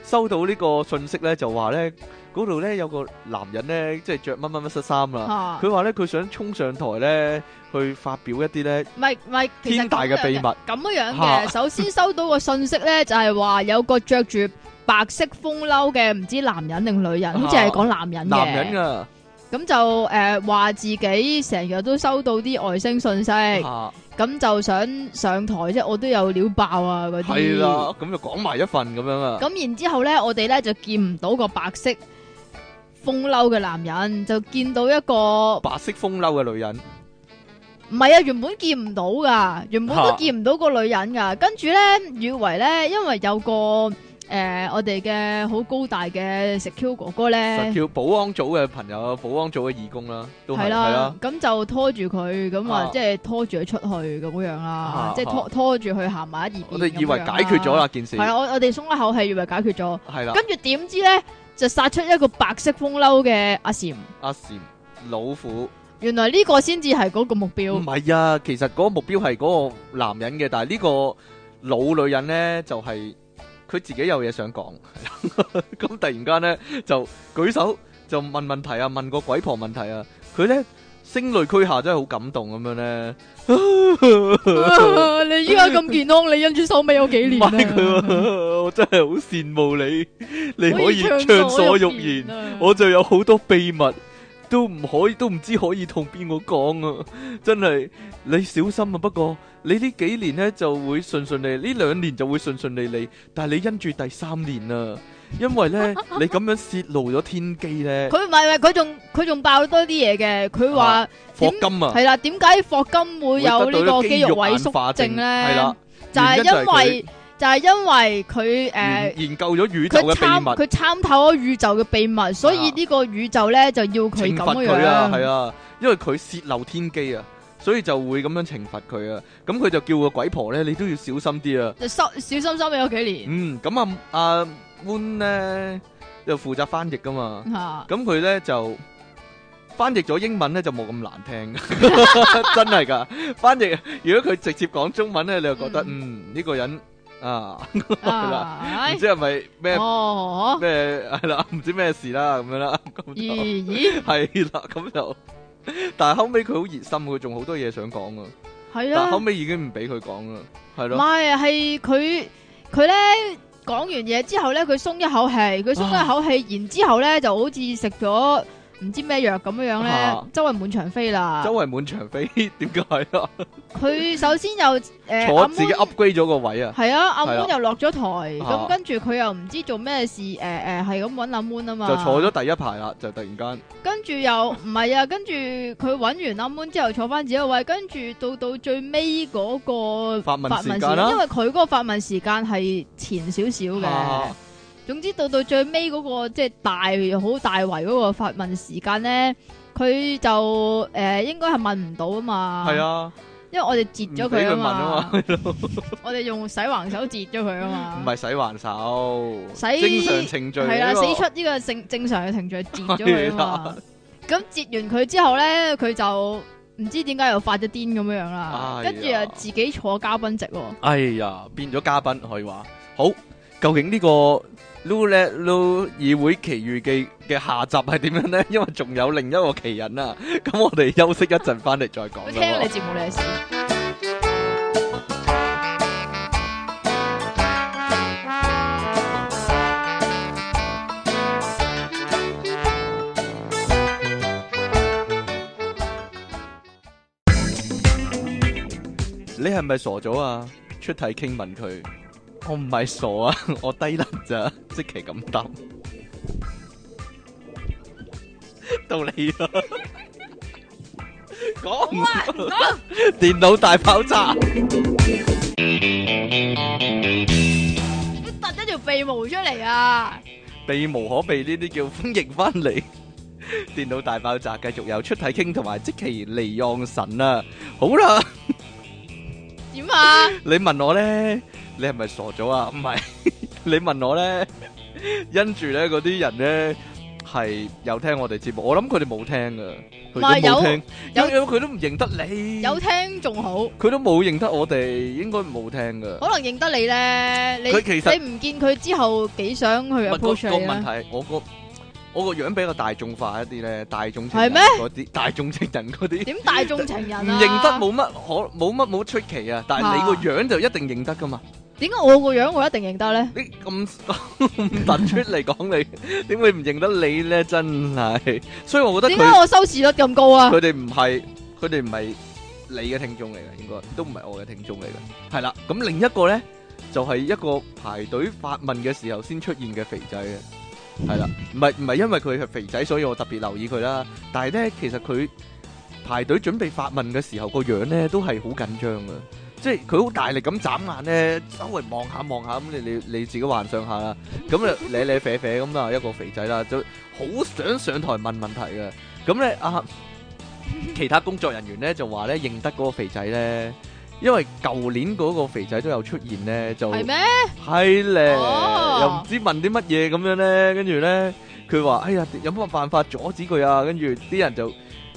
收到呢個信息咧，就話咧嗰度咧有個男人咧，即係着乜乜乜恤衫啦。嚇啊佢話咧佢想衝上台咧，去發表一啲咧唔係唔係，其實天大嘅秘密咁樣嘅咁樣嚇嘅。首先收到個信息咧，就係話有個着住白色風褸嘅，唔知男人定女人，好似係講男人嘅。男人噶咁就誒話、自己成日都收到啲外星信息，咁、嚇，就想上台啫。我都有料爆啊嗰啲。係啦，咁就講埋一份咁樣啊。咁然之後咧，我哋咧就見唔到個白色風褸嘅男人，就見到一個白色風褸嘅女人，唔係啊，原本見唔到噶，原本嚇都見唔到個女人噶。跟住咧，以為咧，因為有個诶、呃我哋嘅好高大嘅石 Q 哥哥實咧，叫保安組嘅朋友，保安組嘅義工啦，都係係係啦啦，，咁就拖住佢，咁啊啊，即係拖住佢出去咁樣啊啦，即係拖拖住佢行埋一二邊。我哋以為解決咗，啦件事啊係，啦，我我哋鬆一口氣，以為解決咗，係啦，跟住點 知咧就殺出一個白色風褸嘅阿嬋阿禪老虎啊原來呢個先至係嗰個目標。唔係啊，其實嗰個目標係嗰個男人嘅，但係呢個老女人呢，就係佢自己有嘢想講。 咁突然間呢，就舉手，就問問題啊，問個鬼婆問題啊。佢呢，聲淚俱下，真係好感動咁樣呢。你依家咁健康，你因住收尾有 幾年啊唔係佢喎，我真係好羨慕你，你可以暢所暢所欲言。啊我就有好多秘密，都唔可以，都唔知可以同邊個講啊！真係你小心啊！不過你呢幾年呢就會順順利，呢兩年就會順順利利，但係你因住第三年啊，因為呢，你咁樣泄露咗天機呢，佢唔係，佢仲佢仲爆多啲嘢嘅。佢話霍金啊，係啦，點解霍金會有呢個肌肉萎縮症係啦咧？，就係原因就係因為就係因為佢研誒。研究咗宇宙佢嘅參秘密，佢參透咗宇宙嘅秘密，所以呢個宇宙咧就要佢懲咁罰佢啊，係樣。啊，因為佢泄漏天機啊，所以就會咁樣懲罰佢啊，咁佢就叫個鬼婆呢，你都要小心啲啊！就收小心收尾有幾年嗯，咁啊，阿 Moon 咧就負責翻譯噶嘛， 嚇，咁佢咧就翻譯咗英文咧就冇咁難聽， 真係噶。翻譯如果佢直接講中文咧，你就覺得嗯呢個人啊，啦啊唔知係咪咩哦，咩係啦，唔知咩事啦咁樣啦，咁就 咦咦，係啦，咁就。但係後尾佢好熱心，佢仲好多嘢想講啊，係但係啊後，尾已經唔俾佢講啦，係唔咯，係係佢佢咧講完嘢之後咧，佢鬆一口氣，佢鬆啊一口氣，然之後咧就好似食咗唔知咩藥咁樣樣啊咧，周圍滿場飛啦周。圍滿場飛，點解啊？佢首先又 誒坐阿自己 Moon upgrade 咗個位啊！系啊，阿係啊 moon 又落咗台，咁啊跟住佢又唔知做咩事，诶诶系咁揾阿 moon 啊嘛，就坐，咗第一排啦，就突然間跟住又唔係啊，跟住佢揾完阿 moon 之後坐翻自己個位，跟住到到最尾嗰個發問發時問時間間，因啦。為佢嗰個發問時間係前少少嘅啊，總之到到最尾嗰個即係大好大圍嗰個發問時間咧，佢就诶應該係問唔到啊嘛，係，啊，因為我哋截咗唔俾佢啊佢問啊嘛， 我哋用洗橫手截咗佢啊嘛唔。係洗還手，洗正常程序系啦，呢個死出呢個正正常嘅程序截咗佢啊 嘛。咁截完佢之後咧，佢就唔知點解又發咗癲咁樣樣啦，哎呀跟住又自己坐嘉賓席喎。哎呀，變咗嘉賓可以話。好，究竟呢個 Lu Le Lu 議會奇遇記嘅下集係點樣呢？ 因為仲有另一個奇人啊。咁我哋休息一陣，翻嚟再講佢啦聽你喎。節目你係死。你係咪傻咗啊？出體傾問佢，我唔係傻啊， 我低能咋，即其咁答。 到你啦， 講啊唔 電腦大爆炸，突咗條鼻毛出嚟啊！避無可避呢啲叫歡迎翻 嚟。電腦大爆炸繼續有出體傾同埋即其離讓神啊！好啦，點 啊？你問我咧，你係咪傻咗啊？唔 係，你問我咧，因住咧嗰啲人咧係有聽我哋節目，我諗佢哋冇聽噶，佢唔係都冇有聽，有因因為佢都唔認得你，有聽仲好，佢都冇認得我哋，應該冇聽噶。可能認得你咧。你佢其實你唔見佢之後幾想去唔係個 approach 個你問咧？題，我個我個樣比較大眾化一啲咧，大眾情係人咩嗰啲，大眾情人嗰啲。點大眾情人唔啊？認得？冇乜可冇乜冇出奇啊！但係你個樣就一定認得噶嘛？點解我個樣我一定認得咧？你咁 咁突出嚟講你， 點會唔認得你咧？真係，所以我覺得點解佢我收視率咁高啊？佢哋唔係佢哋唔係你嘅聽眾嚟嘅，應該都唔係我嘅聽眾嚟嘅。係啦，咁另一個咧就係一個排隊發問嘅時候先出現嘅肥仔嘅。係啦，唔係唔係因為佢係肥仔，所以我特別留意佢啦。但係咧，其實佢排隊準備發問嘅時候，個樣咧都係好緊張嘅，即係佢好大力咁眨眼咧，周圍望下望下咁，你你你自己幻想下啦。咁啊， 咧咧啡啡咁啊，一個肥仔啦，就好想上台問問題嘅。咁咧啊，其他工作人員咧就話咧認得嗰個肥仔咧，因為舊年嗰個肥仔都有出現咧，就係咩？係咧，哦又唔知問啲乜嘢咁樣咧，跟住咧佢話：哎呀，有乜辦法阻止佢啊？跟住啲人就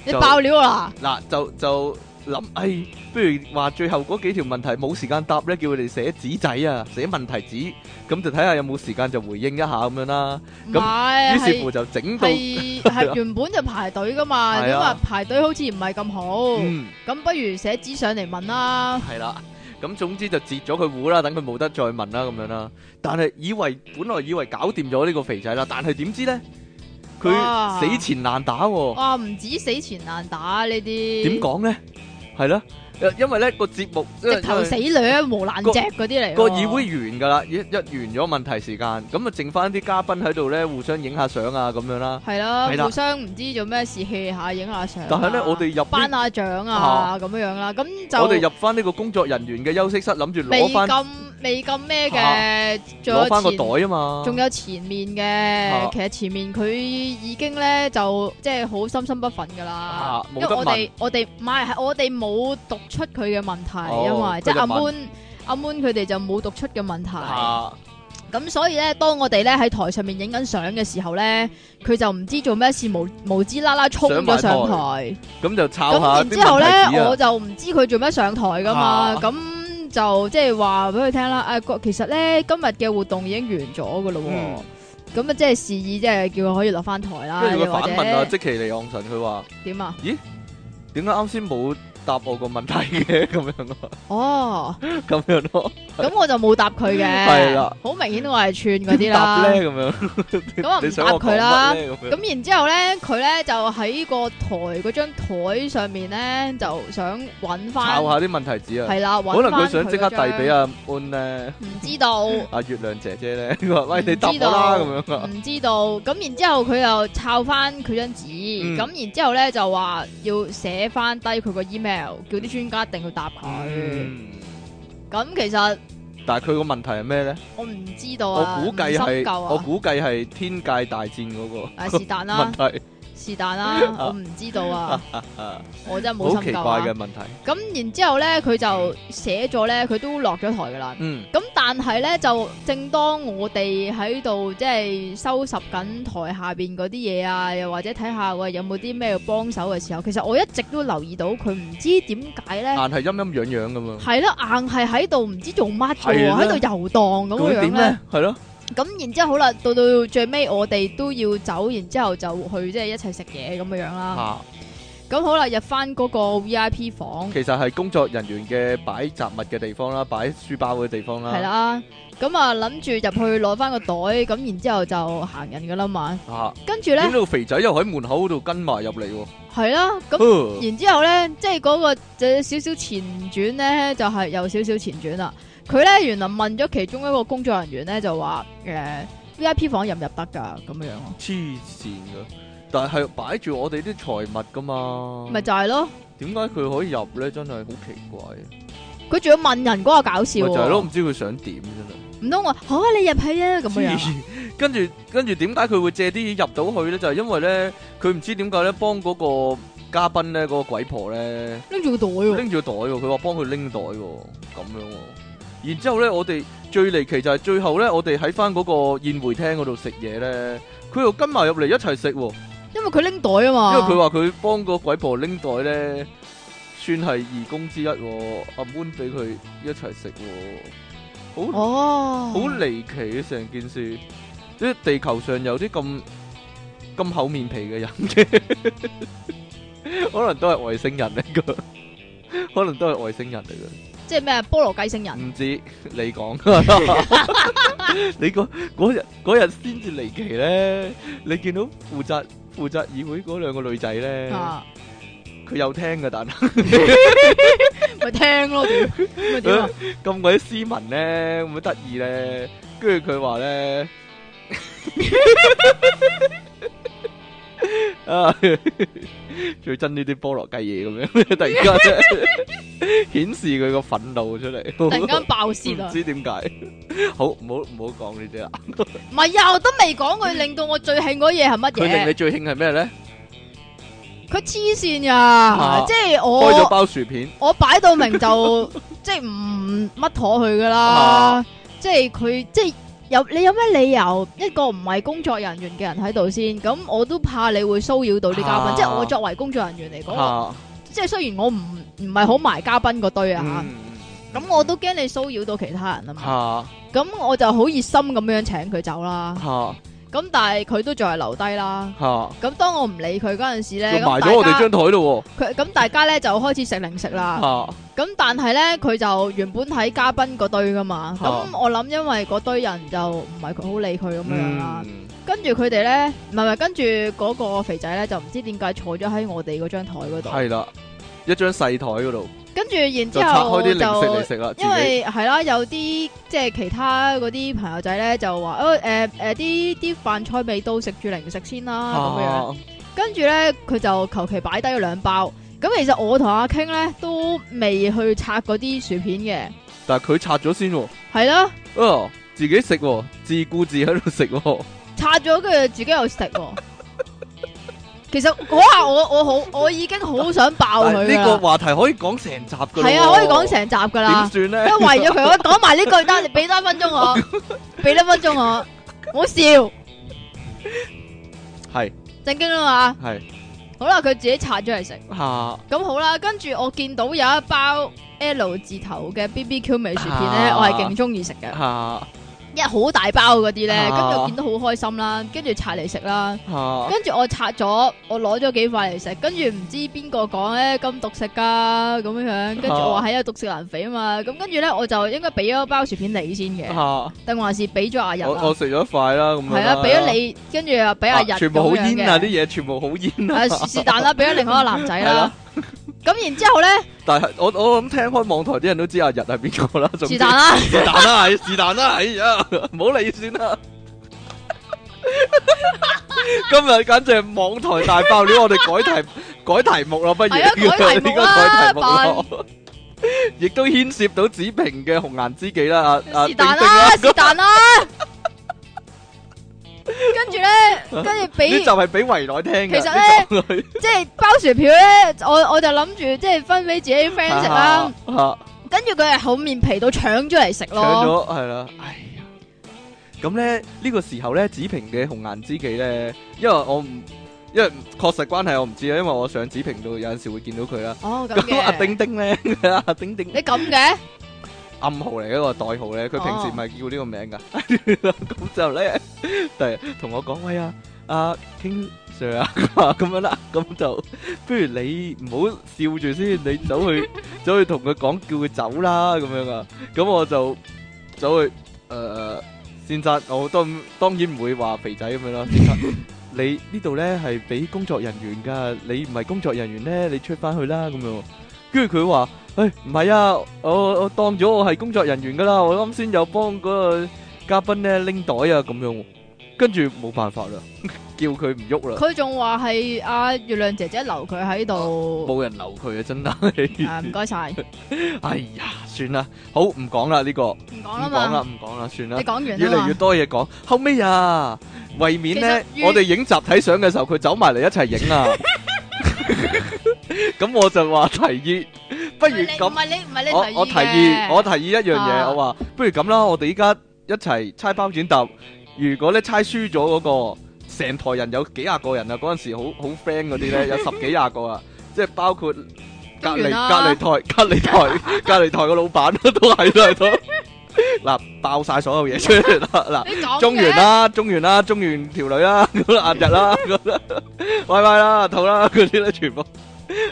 你就爆料啦！嗱，就就諗，哎，不如話最後嗰幾條問題冇時間答咧，叫佢哋寫紙仔啊，寫問題紙，咁就睇下有冇時間就回應一下咁樣啦。唔咁於係是係乎就整到， 係係原本就排隊噶嘛，係啊你話排隊好似唔係咁好，嗯，咁不如寫紙上嚟問啦。係啦。咁總之就截咗佢糊啦，等佢冇得再問啦咁樣啦。但係以為本來以為搞掂咗呢個肥仔啦，但係點知咧，佢哇哦死纏爛打喎、哇，唔止死纏爛打呢啲，點講咧？係咯，因因為咧個節目因為直頭死掠磨爛隻嗰啲嚟喎。個議會完㗎啦，一一完咗問題時間，咁啊剩翻啲嘉賓喺度咧互相影下相啊咁樣啦。係啦，係啦互相唔知做咩事 hea 下，影下相啊。但係咧，我哋入頒呢下獎啊啊，咁樣樣啦，咁就我哋入翻呢個工作人員嘅休息室，諗住未攞翻咁未咁咩嘅，仲攞翻個有前袋啊嘛。仲有前面嘅，啊其實前面佢已經咧就即係好心心不忿噶啦啊，因冇為得我哋我哋唔係係我哋冇讀出佢嘅問題，啊哦因為即係佢就阿問 moon 阿 moon 佢哋就冇讀出嘅問題，啊咁所以咧當我哋咧喺台上面影緊相嘅時候咧，佢就唔知做咩事無無知啦啦衝咗上上台，咁就抄咁下然啲之後問題咧紙我啊。就唔知佢做咩上台噶嘛，啊咁。就即係話俾佢聽啦，啊，個其實咧今日嘅活動已經完咗噶咯喎。嗯咁啊，即係示意，即係叫佢可以落翻台啦，跟住又佢或反問者啊，即其尼昂神，佢話點啊？點解啱先冇答我個問題嘅咁 樣啊？哦，咁樣咯，咁我就冇答佢嘅，係啦，好明顯我係串嗰啲點答啦。咧咁樣？咁啊唔你想答我佢講啦乜。咧咁樣？咁然之後咧，佢咧就喺個台嗰張台上面咧，就想揾翻抄，下啲問題紙啊。係啦，可揾能佢佢想即刻遞俾啊，阿 Moon 咧。唔知道，唔阿月亮姐姐咧， 佢話喂唔你答知我道啦咁樣啊，知道。咁然之後佢又抄翻佢張紙，嗯咁然之後咧就話要寫翻低佢個 email，叫啲專家一定要答佢。嗯咁其實。但係佢個問題係咩咧？我唔知道我啊，估計唔深究係啊我估計係天界大戰嗰啊個是但啦， 問題，是但 啦，我唔知道啊，我真係冇好奇深怪究啊。嘅問題。咁然之後咧，佢就寫咗咧，佢都落咗台噶啦。嗯，咁但係咧，就正當我哋喺度即係收拾緊台下邊嗰啲嘢啊，又或者睇下喂有冇啲咩幫手嘅時候，其實我一直都留意到佢唔知點解硬咧，係陰陰陽陽咁啊。係咯，硬係喺度唔知做乜嘅係喎，啦喺度遊蕩咁咁樣點咧咧？。係咯，咁然之後好啦，到到最尾我哋都要走，然之後就去即係一齊食嘢咁樣樣啦。嚇，咁、好啦，入翻嗰個 V I P 房其實係工作人員嘅擺雜物嘅地方啦，擺書包嘅地方啦。係，啦，咁啊諗住入去攞翻個袋，咁然之後就行人噶啦嘛。嚇，跟住點咧解個肥仔又喺門口度跟埋入嚟喎？係啦，咁呵然之後咧，即係嗰、個就有少少前轉咧，就係、有少少前轉啦。佢咧原來問咗其中一個工作人員咧，就話呃誒、V I P 房入唔入得㗎咁樣樣咯，黐線㗎，但係擺住我哋啲財物㗎嘛。咪就係咯。點解佢可以入咧？真係好奇怪。佢仲要問人嗰個搞笑咪就係咯，喎唔，知佢想點真唔通我好啊你入去啊咁樣樣啊係。跟住跟住點解佢會借啲嘢入到去咧？就係、因為咧，佢唔知點解咧，幫嗰個嘉賓咧，嗰、個鬼婆咧拎住個袋啊喎，拎住個袋喎，佢話幫佢拎袋喎，咁樣喎。然之後咧，我哋最離奇就係最後咧，我哋喺翻嗰個宴會廳嗰度食嘢咧，佢又跟埋入嚟一齊食喎，因為佢拎袋啊嘛。因為佢話佢幫個鬼婆拎袋咧，算係義工之一喎。阿 moon 俾佢一齊食喎，好哦，好離奇嘅成件事，即係地球上有啲咁咁厚面皮嘅人嘅，可能都係外星人嚟噶， 可能都係外星 人嚟噶，即係咩菠蘿雞星人唔知你講，你嗰嗰日嗰日先至離奇咧，你見到負責負責議會嗰兩個女仔咧，啊，佢有聽噶，但係 咪聽咯，屌咪點 啊？咁鬼斯文咧，咁得意咧，跟住佢話咧， 啊， 最憎呢啲菠蘿雞嘢咁樣， 突然間顯示佢個憤怒出嚟，突突然間爆泄 唔啊！知點解， 好唔好唔好講呢啲啦。唔係啊，我都未講佢令到我最興嗰嘢係乜佢令你嘢？最興係咩咧？佢黐線啊！即係開咗我包薯片，我擺 到明就即係唔乜妥佢噶啦啊，即係佢即係有你有咩理由一個唔係工作人員嘅人喺度先？咁我都怕你會騷擾到啲嘉賓，啊即係我作為工作人員嚟講，嚇，即係雖然我唔唔係好埋嘉賓嗰堆啊嗯，嚇，咁我都驚你騷擾到其他人啊嘛。嚇咁我就好熱心咁樣請佢走啦。嚇咁但係佢都仲係留低啦。嚇，咁當我唔理佢嗰陣時咧，佢埋咁咗我大哋家張台咯佢咁大家咧就開始食零食喎，啦。嚇咁但係咧，佢就原本喺嘉賓嗰堆噶嘛，咁、啊我諗因為嗰堆人就唔係佢好理佢咁樣啦，嗯跟住佢哋咧，唔係唔係，跟住嗰個肥仔咧就唔知點解坐咗喺我哋嗰張台嗰度，係啦，一張細台嗰度跟住然就之拆後開啲零食嚟就食啦，自因己為係啦，有啲即係其他嗰啲朋友仔咧就話，哦誒誒誒啲啲飯菜未到，食住零食先啦咁樣。啊跟住咧，佢就求其擺低咗兩包。咁其實我同阿 King 咧都未去拆嗰啲薯片但係佢拆咗先喎，嘅，係啦，啊自己食喎，自顧自喺度食喎。拆咗跟住自己又食喎。其實嗰下我我好我已經好想爆但係佢呢個啦，話題可以講成集噶，係啊，可以講成集噶啦點。算咧？因為為咗佢，我講埋呢句得，你俾多一分鐘我，俾多一分鐘我，唔好笑， 係正經啦嘛。係好啦，佢自己拆咗嚟食，嚇咁好啦。跟住我見到有一包 L 字頭嘅 BBQ 味薯片咧，啊我係勁中意食嘅。嚇一好大包嗰啲咧，啊跟住見到好開心啦，跟住拆嚟食啦，嚇跟住我拆咗，我攞咗幾塊嚟食，跟住唔知邊個講咧咁獨食噶咁樣樣，跟住我話係啊獨食難肥啊嘛，咁跟住咧我就應該俾咗包薯片你先嘅，嚇！定還是俾咗阿日我我啊？食咗一塊啦，咁樣係啦啊，俾咗你，跟住又俾阿日全部好煙煙啊！啲嘢全部好煙啊！誒是但啦，俾咗另外一個男仔係啦啦，咁然之後咧 但係我我諗聽開網台啲人都知阿日係邊個啦，總之是但啦，是但啦，唉是但啦，哎呀，唔好理算啦。 今日簡直係網台大爆料，我哋 改題改題目啦，不如係 啊改題呢目個啦改題目咯。 亦都牽涉到子平嘅紅顏知己啦，啊阿阿是但丁丁啦是 但啦，跟住咧跟住呢俾就。係俾圍內聽嘅。其實呢呢集係，即係包薯條咧，我我就諗住即係分俾自己 friend 食啊啦，嚇跟住佢係厚面皮到搶咗嚟食搶咯，咗係啦，哎呀！咁咧呢個時候咧，子平嘅紅顏知己咧，因為我唔，因為確實關係我唔知啊，因為我上子平度有陣時會見到佢啦。哦咁咁阿嘅，丁丁咧， 阿丁丁你咁嘅，暗號嚟嘅一個代號咧，佢平時哦唔係叫呢個名噶。 咁就咧，第日同我講喂啊，阿 King Sir 啊， 咁樣啦，咁就不如你唔好笑住先，你走去走去同佢講，叫佢走啦，咁樣啊。咁我就走去誒，先生，我當當然唔會話肥仔咁樣啦，先生。你呢度咧係俾工作人員㗎，你唔係工作人員咧，你出翻去啦咁樣。跟住佢話：，誒唔係啊，我我當咗我係工作人員㗎啦，我啱先有幫嗰個嘉賓咧拎袋啊咁樣喎。跟住冇辦法啦， 叫佢唔喐啦，佢仲話係阿月亮姐姐留佢喺度，冇人留佢啊，真係。 啊唔該晒，唔哎呀，算啦，好唔講啦呢個，唔講啦講啦嘛，唔講啦，算啦你。講完越啦嚟越嘛，多嘢講。後尾啊，為免呢，其實越我哋影集體相嘅時候，佢走埋嚟一齊影 啊。咁我就話提議，不不如咁唔，係你唔係你我我提議，我提議一樣嘢，啊我話不如咁啦，我哋依家一齊猜包剪揼。如果咧猜輸咗嗰個，成台人有幾廿個人啊，嗰陣時好好 friend 嗰啲 咧，有十幾廿個啊，即係包括隔當離然啦隔離台 隔離 台隔離台個老闆都係都係都。嗱，爆晒所有嘢出嚟啦！嗱。你講中原嘅，啦，中原啦，中原條女啦，咁啊壓日啦，咁啊喂喂啦，肚啦，嗰啲咧全部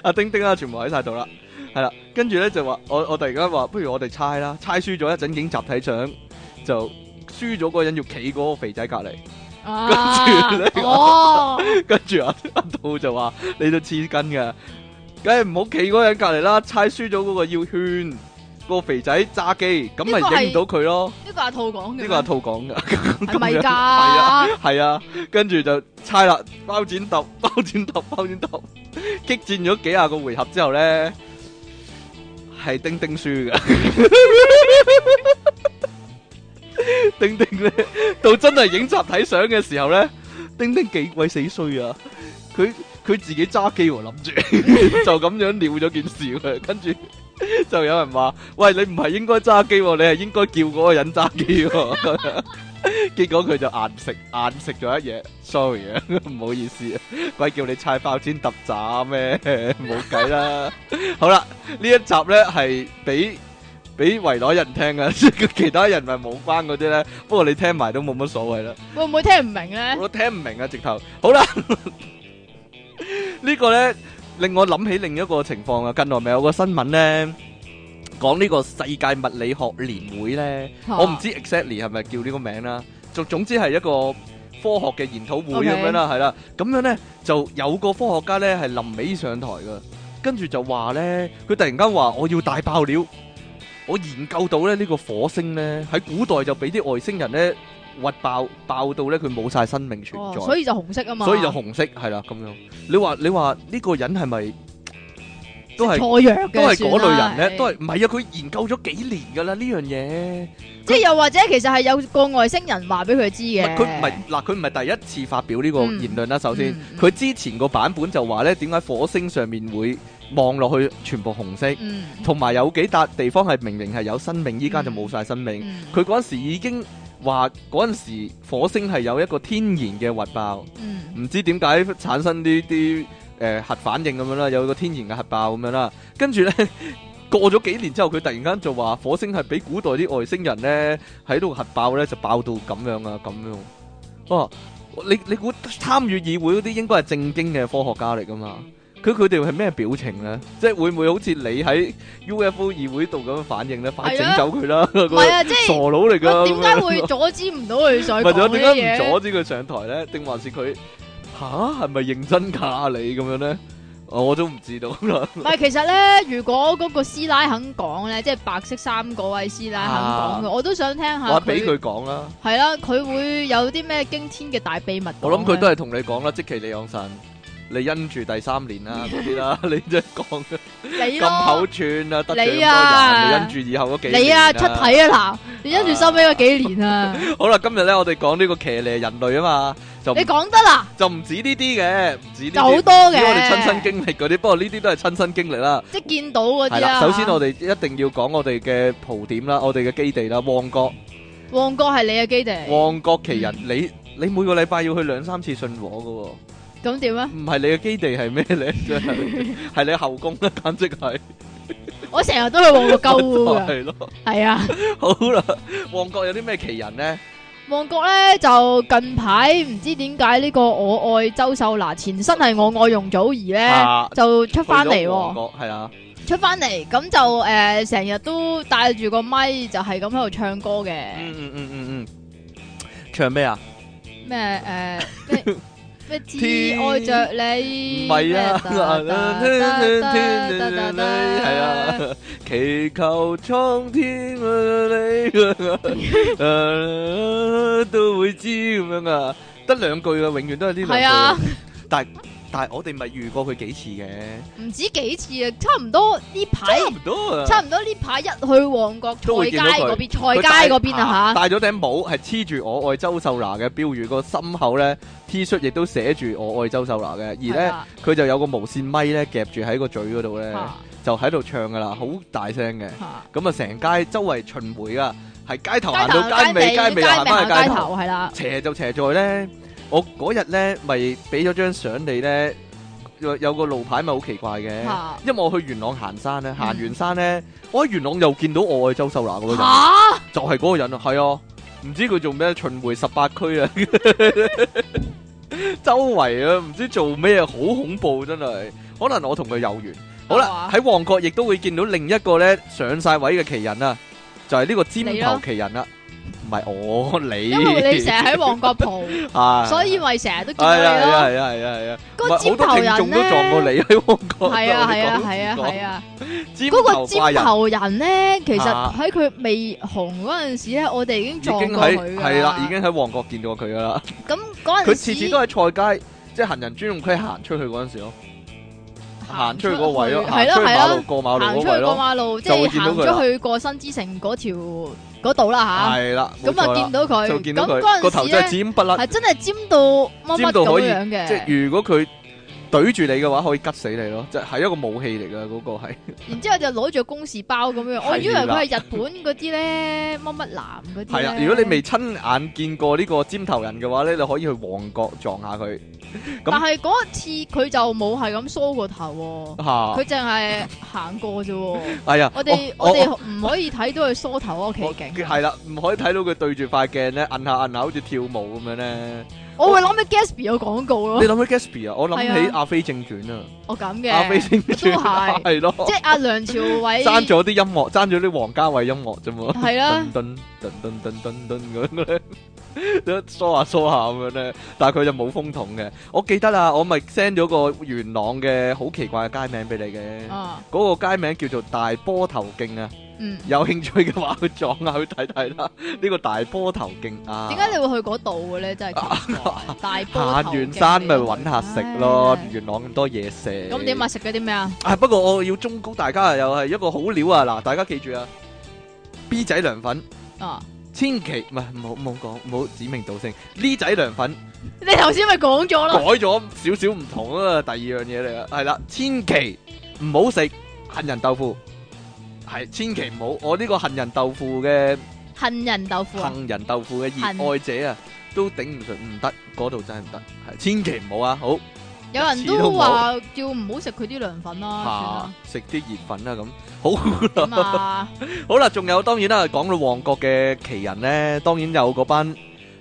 阿丁丁啦，全部喺晒度啦，係啦，跟住咧就話我我突然間話，不如我哋猜啦，猜輸咗一陣影集體相，就輸咗嗰個人要企嗰個肥仔隔離，啊跟住你哦，跟住阿阿兔就話你都黐筋嘅，梗係唔好企嗰個人隔離啦，猜輸咗嗰個要圈。個肥仔揸機，呢個咁咪係啊影唔到佢咯？呢個阿兔講嘅咩，呢個阿兔講噶，係咪咁㗎？樣 係啊系啊，跟住就猜啦，包剪揼， 包剪揼，包剪揼，激戰咗幾廿個回合之後咧，係丁丁輸嘅。 丁丁咧，到真係影集體相嘅時候咧，丁丁幾鬼死衰啊！佢佢自己揸機喎，諗住 就咁樣了咗件事嘅，跟住 就有人話：，喂，你唔係應該揸機喎，你係應該叫嗰個人揸機喎。結果佢就硬食硬食咗一嘢，sorry 啊， 唔好意思啊，鬼叫你猜包煎揼渣咩？ 冇計啦。好啦，呢一集咧係俾俾圍內人聽噶， 其他人咪冇關嗰啲咧。不過你聽埋都冇乜所謂啦。会唔会听唔明咧？我聽唔明啊，直頭。好啦， 呢個咧令我諗起另一個情況啊。近來咪有個新聞咧，講呢個世界物理學年會咧，我唔知 exactly 係咪叫呢個名啦。總總之係一個科學嘅研討會 OK 咁樣啦，係啦。咁樣咧就有個科學家咧係臨尾上台噶，跟住就話咧，佢突然間話我要大爆料。我研究到咧呢個火星咧喺古代就俾啲外星人咧核爆爆到咧佢冇晒生命存哦在，所以就紅色啊嘛，所以就紅色係啦咁樣。你話你話呢個人係咪都係錯藥嘅，都係嗰類人算咧？啦都係唔係啊？佢研究咗幾年㗎啦呢樣嘢。即係又或者其實係有個外星人話俾佢知唔嘅，係佢唔係嗱，佢唔係第一次發表呢個嗯言論啦。首先嗯，嗯佢之前個版本就話咧，點解火星上面會望落去全部紅色，嗯，同埋有幾笪地方係明明係有生命，依家就嗯冇晒生命。嗯佢嗰陣時已經話嗰陣時火星係有一個天然嘅核爆，嗯唔知點解產生呢啲誒核反應咁樣啦，有個天然嘅核爆咁樣啦。跟住呢， 過咗幾年之後，佢突然間就話火星係俾古代啲外星人呢喺度核爆呢，就爆到咁樣啊咁樣。哦、你你估參與議會嗰啲應該係正經嘅科學家嚟噶嘛？佢佢哋係咩表情呢？即係會唔會好似你喺 UFO 議會度咁樣反應呢？快係整啊走佢啦！唔係啊，即傻係佬嚟噶，喂點解會阻止唔到佢上咁樣或者講呢啲點解唔嘢？阻止佢上台咧？定還是佢吓係咪認真㗎你咁樣咧？我我都唔知道 啦。唔係，其實咧，如果嗰個師奶肯講咧，即係白色衫嗰位師奶肯講啊嘅，我都想聽下我俾佢講啦，係啦，佢會有啲咩驚天嘅大秘密講咧？啊我諗佢都係同你講啦，即其李昂臣，你因住第三年啦嗰啲 啦，你即係講啊你咁口咯，串啊，得罪你啊咁多人，你因住以後嗰幾年你啊出體啊嗱，你跟住收尾嗰幾年 啊，好啦，今日咧我哋講呢個騎呢人類啊嘛，就唔你講得啦，就唔止呢啲嘅，唔止呢就好啲。多因為我哋親身嘅，經歷嗰啲，不過呢啲都係親身經歷啦。即係見到嗰係啲啊啦，啦。首先我哋一定要講我哋嘅蒲點啦，我哋嘅基地啦，旺角，旺角係你嗯嘅基地，旺角奇人，你你每個禮拜要去兩三次信和噶咁點啊喎，？唔係你嘅基地係咩 咧？真係係你後宮啦，簡直係我成日都去旺角鳩 烏㗎，係咯。係啊。好啦，旺角有啲咩奇人咧？旺角咧就近排唔知點解呢個我愛周秀娜前身係我愛容祖兒咧、啊就出翻嚟去咗旺喎，角係啊，出翻嚟咁就誒成日都帶住個咪就係咁喺度唱歌嘅嗯嗯嗯嗯嗯，唱咩啊？ 咩誒咩咩只愛着你唔係 啊，咩哒哒哒哒哒係啊，祈求蒼天你都會知咁樣啊，得兩句啊，永遠都係呢兩句。係啊，但但係我哋咪遇過佢幾次嘅，唔止幾次啊，差唔多呢排差唔多啊，差唔多呢排一去旺角菜都會街見到佢嗰邊菜街嗰 à, 邊啊嚇。戴咗頂帽係黐住我愛周秀娜嘅標語，個心口咧 T 恤亦都寫住我愛周秀娜嘅，而係咧啊佢就有個無線咪咧夾住喺個嘴嗰度咧。嚇就喺度唱噶啦，好大聲嘅。嚇咁啊，成街周圍巡迴啊，係街頭行街到頭街尾，街尾街行翻去街頭。頭係啦，邪就邪在咧，我嗰日咧咪俾咗張相你咧，有有個路牌咪好奇怪嘅。嚇因為我去元朗行山咧，行完山咧，我喺元朗又見到我愛周秀娜嗰個人，嚇就係嗰個人啊，係啊，唔知佢做咩巡迴十八區啊， 周圍啊，唔知做咩，好恐怖真係，可能我同佢有緣。好啦，係喺旺角亦都會見到另一個咧上晒位嘅奇人啊，就係、呢個尖你頭咯奇人啦，唔係我你，因為你成日喺旺角蒲， 啊，所以咪成日都見係到啊係你啊咯。係啊係啊係啊，嗰唔個尖係好多頭聽人眾都撞過你咧，喺旺角，係 啊係啊我哋講係啊係啊，尖嗰頭個怪尖人頭人咧，其啊實喺佢未紅嗰陣時咧，我哋已經已撞經過喺佢㗎係啦，已經喺旺角見到佢噶啦，咁嗰陣時， 佢次次都喺菜街，即係行人專用區行出去嗰陣時咯，行出去嗰個位咯，行係出去咯啊馬係咯，行出路過馬路嗰去位過咯，馬路，即就會係見到行佢啦咗去過新之城嗰條嗰度啦係啦，吓，咁冇錯啊啦見到佢，就咁見到佢個嗰陣頭時真咧係。尖不甩。系真系尖到乜乜咁樣即嘅，係如果佢懟住你嘅話，可以吉死你咯，就係一個武器嚟噶，嗰個係。然之後就攞住公事包咁樣，我以為係啦佢係日本嗰啲咧，乜乜男嗰啲係呢啊，如果你未親眼見過呢個尖頭人嘅話咧，你可以去旺角撞下佢咁但係嗰次佢就冇係咁梳個頭嚇。喎，佢淨係行過啫喎。啊 係啊，我哋我我哋唔可以睇到佢梳頭嗰個我奇景。係啦，唔可以睇到佢對住塊鏡咧，摁下摁下，好似跳舞咁樣咧。我會諗起 Gatsby 個廣告你咯，諗起 Gatsby 啊？我諗起哦係《啊阿飛正傳》啊，我咁《阿飛嘅，正傳都》係係咯，即係阿梁朝 偉爭咗啲音樂，爭咗啲王家衞音樂啫嘛。係啦，噔噔噔噔噔噔噔咁樣咧，梳下梳下咁樣咧，但係佢就冇風筒嘅。我記得啦，我咪 send 咗個元朗嘅好奇怪嘅街名俾你嘅，啊，嗰個街名叫做大波頭徑啊！嗯，有興趣嘅話，去撞下去睇睇啦。呢個大波頭徑啊，點解你會去嗰度嘅咧？真係奇怪 大波行頭徑完山咪揾下食咯唉？元朗咁多嘢食，咁點啊？？食咗啲咩啊？啊，不過我要忠告大家又係一個好料啊！嗱，大家記住啊，B 仔涼粉。啊，千祈唔係冇冇講冇指名道姓呢仔涼粉你頭先咪講咗改咯，咗少少唔同啊，第二樣嘢嚟啊，係啦，千祈唔好食杏仁豆腐，係千祈唔好，我呢個杏仁豆腐嘅杏仁豆腐啊，杏仁豆腐嘅熱杏愛者啊，都頂唔順，唔得，嗰度真係唔得，係千祈唔好啊，好有人一次都都冇話叫唔好食佢啲涼粉啦，嚇食啲熱粉啊咁。算啦，咁啊，好啦，仲有當然啦，講到旺角嘅奇人咧，當然有嗰班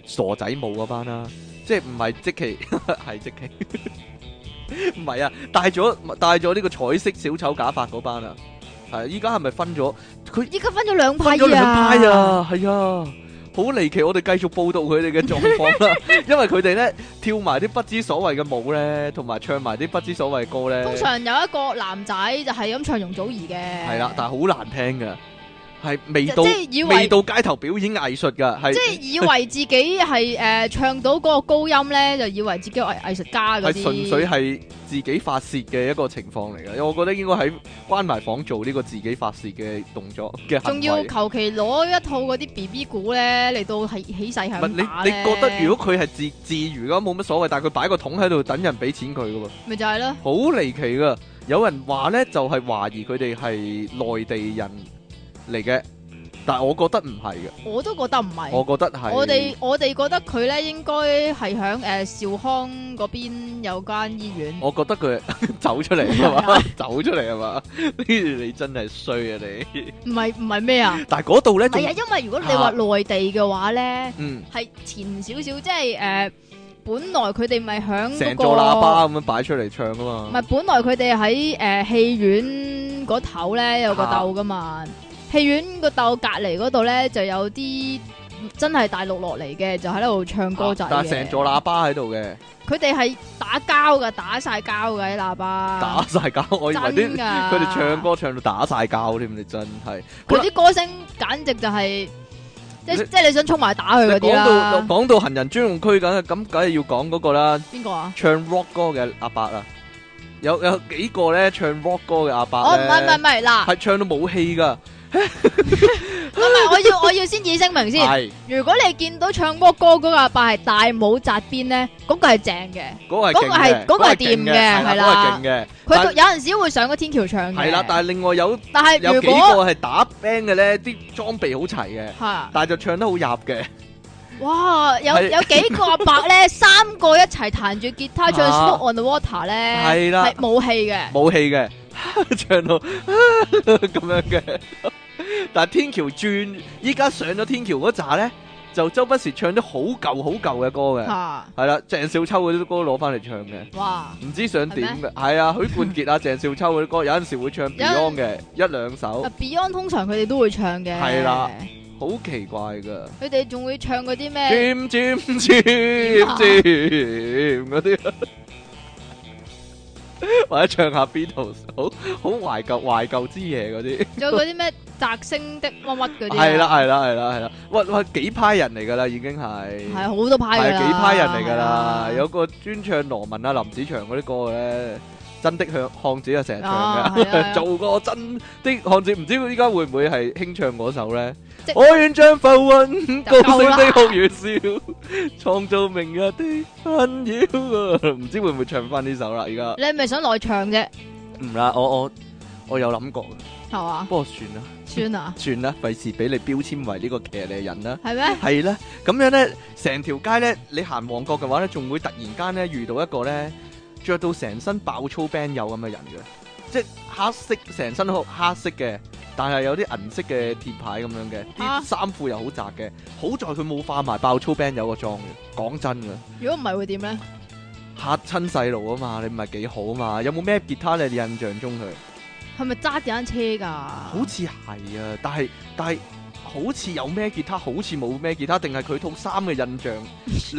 傻仔舞嗰班啦，即係唔係即奇 係即奇，唔係啊，戴咗戴咗呢個彩色小丑假髮嗰班啊，係依家係咪分咗？佢依家分咗兩派分咗兩派！啊，係啊，好離奇！我哋繼續報道佢哋嘅狀 況啦，因為佢哋咧跳埋啲不知所謂嘅舞咧，同埋唱埋啲不知所謂嘅歌咧。通常有一個男仔就係咁唱容祖兒嘅，系啦，但係好難聽嘅，係未即到即係以為未到街頭表演藝術噶，係即係以為自己係诶唱到嗰個高音咧，就以為自己係藝術家嗰係啲。純粹係自己發泄嘅一個情況嚟嘅。我覺得應該喺關埋房做呢個自己發泄嘅動作嘅行仲要為。求其攞一套嗰啲 B B 鼓咧嚟到起起勢係唔咁係打你你咧覺得如果佢係自自娛嘅話，冇乜所謂，但係佢擺個桶喺度等人俾錢佢嘅喎，咪就係咯，好離奇噶。有人話咧就係、懷疑佢哋係內地人嚟嘅，但係我覺得唔係嘅，我都覺得唔係。我覺得係我哋我哋覺得佢咧應該係響诶兆康嗰邊有間醫院，我覺得佢走出嚟 係 嘛，走出嚟係嘛，呢你真係衰啊你！唔係唔係咩啊？但係嗰度咧唔仲係啊，因為如果你話內地嘅話咧，嗯係前少少，即係诶本來佢哋咪響嗰成個座喇叭咁樣擺出嚟唱啊嘛，唔係，本來佢哋喺誒戲院嗰頭咧有個竇噶嘛，戲院個竇隔離嗰度咧就有啲真係大陸落嚟嘅，就喺度唱歌仔啊但係成嘅。座喇叭喺度嘅，佢哋係打交噶，打晒交噶啲喇叭。打晒交， 我以為真啲㗎佢哋唱，歌唱到打晒交添，你真係。佢啲歌聲簡直就係、即你即係你想衝埋打你佢嗰啲講到啦。講到行人專用區咁，咁梗係要講嗰個啦，邊個啊？唱 rock 歌嘅阿伯啊，有有幾個咧唱 rock 歌嘅阿伯哦，唔係唔係唔係，咧，嗱，係唱到冇氣㗎，唔係我要 我要先至聲明先。係如果你見到唱歌歌嗰個阿伯係大帽扎邊咧，嗰、個係正嘅。嗰個嗰係個係勁嘅嗰個係勁掂嘅係係啦，嗰個啦係勁嘅。佢但有陣時會上個天橋唱嘅。係啦，但係另外有但係有如幾果個係打 band 嘅咧，啲裝備好齊嘅，嚇，但係就唱得好入嘅，哇！有係有幾個阿伯 咧，三個一齊彈住吉他唱啊《Smoke on the Water》咧，係啊啦係冇氣嘅。冇氣嘅， 唱到 咁樣嘅。 但係天橋轉，依家上咗天橋嗰扎咧，就周不時唱啲好舊好舊嘅歌嘅，嚇！係啦，鄭少秋嗰啲歌攞翻嚟唱嘅。哇！啊唔知想點係嘅，係啊，許 冠傑啊、鄭少秋嗰啲歌，有陣時會唱有 Beyond 嘅一兩首啊，Beyond 通常佢哋都會唱嘅。係啦，好奇怪㗎。佢哋仲會唱嗰啲咩？尖尖尖尖嗰啲， 或者唱下 Beatles，好好懷舊懷舊之夜嗰啲，仲有嗰啲咩摘星的乜乜嗰啲啊。係啦係啦係啦係啦，喂喂幾派人嚟㗎啦已經係係，好多派㗎係啦。幾派人嚟㗎啦，係啊有個專唱羅文啊林子祥嗰啲歌嘅咧，真的向漢子啊，成日唱 啊係啊係噶，啊做過真的漢子，唔知依家會唔會係輕唱嗰首咧？即我願將浮雲高就升夠啦的酷月笑，創造明日的困擾啊！唔知會唔會唱翻呢首啦？而家你係咪想內唱啫？唔啦，我我我有諗過，係嘛？不過算啦，算啊？算啦，費事俾你標籤為呢個騎呢人啦。係咩？係啦，咁樣咧，成條街咧，你行旺角嘅話咧，仲會突然間咧遇到一個咧着到成身爆粗 band 友咁嘅人嘅，即係黑色成身好黑色嘅，但係有啲銀色嘅鐵牌咁樣嘅，啊啲衫褲又好窄嘅，好在佢冇化埋爆粗 band 友個妝嘅，講真嘅。如果唔係會點咧？嚇親細路啊嘛，你唔係幾好啊嘛？有冇咩吉他咧？你印象中佢係咪揸電單車㗎？好似係啊，但係但係好似有咩吉他，好似冇咩吉他，定係佢套衫嘅印象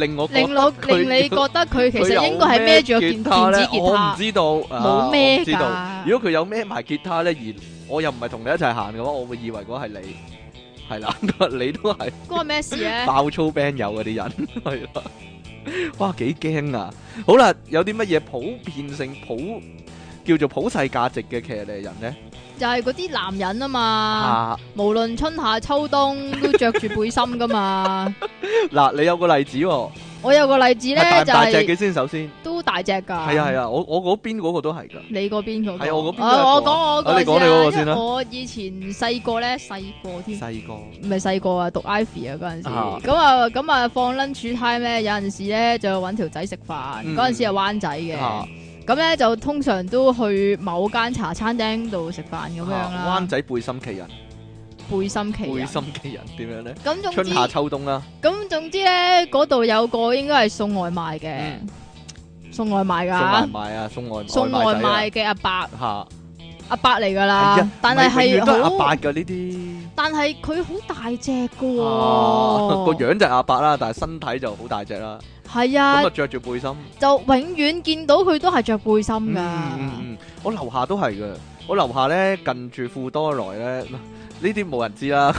令我覺令得我佢令你覺有得佢其佢有實應該係孭住個件咩吉他電咧子吉我唔他，知道啊冇我咩唔知道。㗎。如果佢有孭埋吉他咧，而我又唔係同你一齊行嘅話，我會以為嗰係你係啦， 你都係。關我咩事啊咧？爆粗 band 友嗰啲人 係啦，哇幾驚啊！好啦，有啲乜嘢普遍性普叫做普世價值嘅騎呢人咧？就係嗰啲男人啊嘛，啊，無論春夏秋冬都着住背心噶嘛。 嗱，你有個例子喎，啊我有個例子係大咧，唔就大隻係嘅先，首先都大隻㗎。係啊係啊，我我嗰邊嗰個都係㗎，你嗰邊嗰個？係我嗰邊都有一個啊我講我啊你嗰講你嗰個個先先啦啦。因為我以前細個咧，細個添，細個唔係細個啊，讀 Ivy 啊嗰陣時。啊咁啊咁啊，放 lunch time 咧，有陣時咧就揾條仔食飯。嗯嗰陣時係灣仔嘅，啊咁咧就通常都去某間茶餐廳度食飯咁樣啊啦灣。仔背心騎人，背心旗背人。心騎人點樣咧？咁總春之夏秋冬啦，咁總之咧，嗰度有個應該係送外賣嘅，嗯送外賣送外㗎。賣啊，送外送外賣賣嘅阿伯，仔啊，阿伯嚟㗎嚇係啦啊，但係咪永係遠都係阿好伯㗎呢啲。但係佢好大隻噶喎、啊， 個樣就係阿伯啦，但係身體就好大隻啦。係咁啊啊，着住背心，就永遠見到佢都係着背心嗯噶，嗯嗯，我樓下都係嘅，我樓下咧近住富多來咧，呢 啲冇人知啦。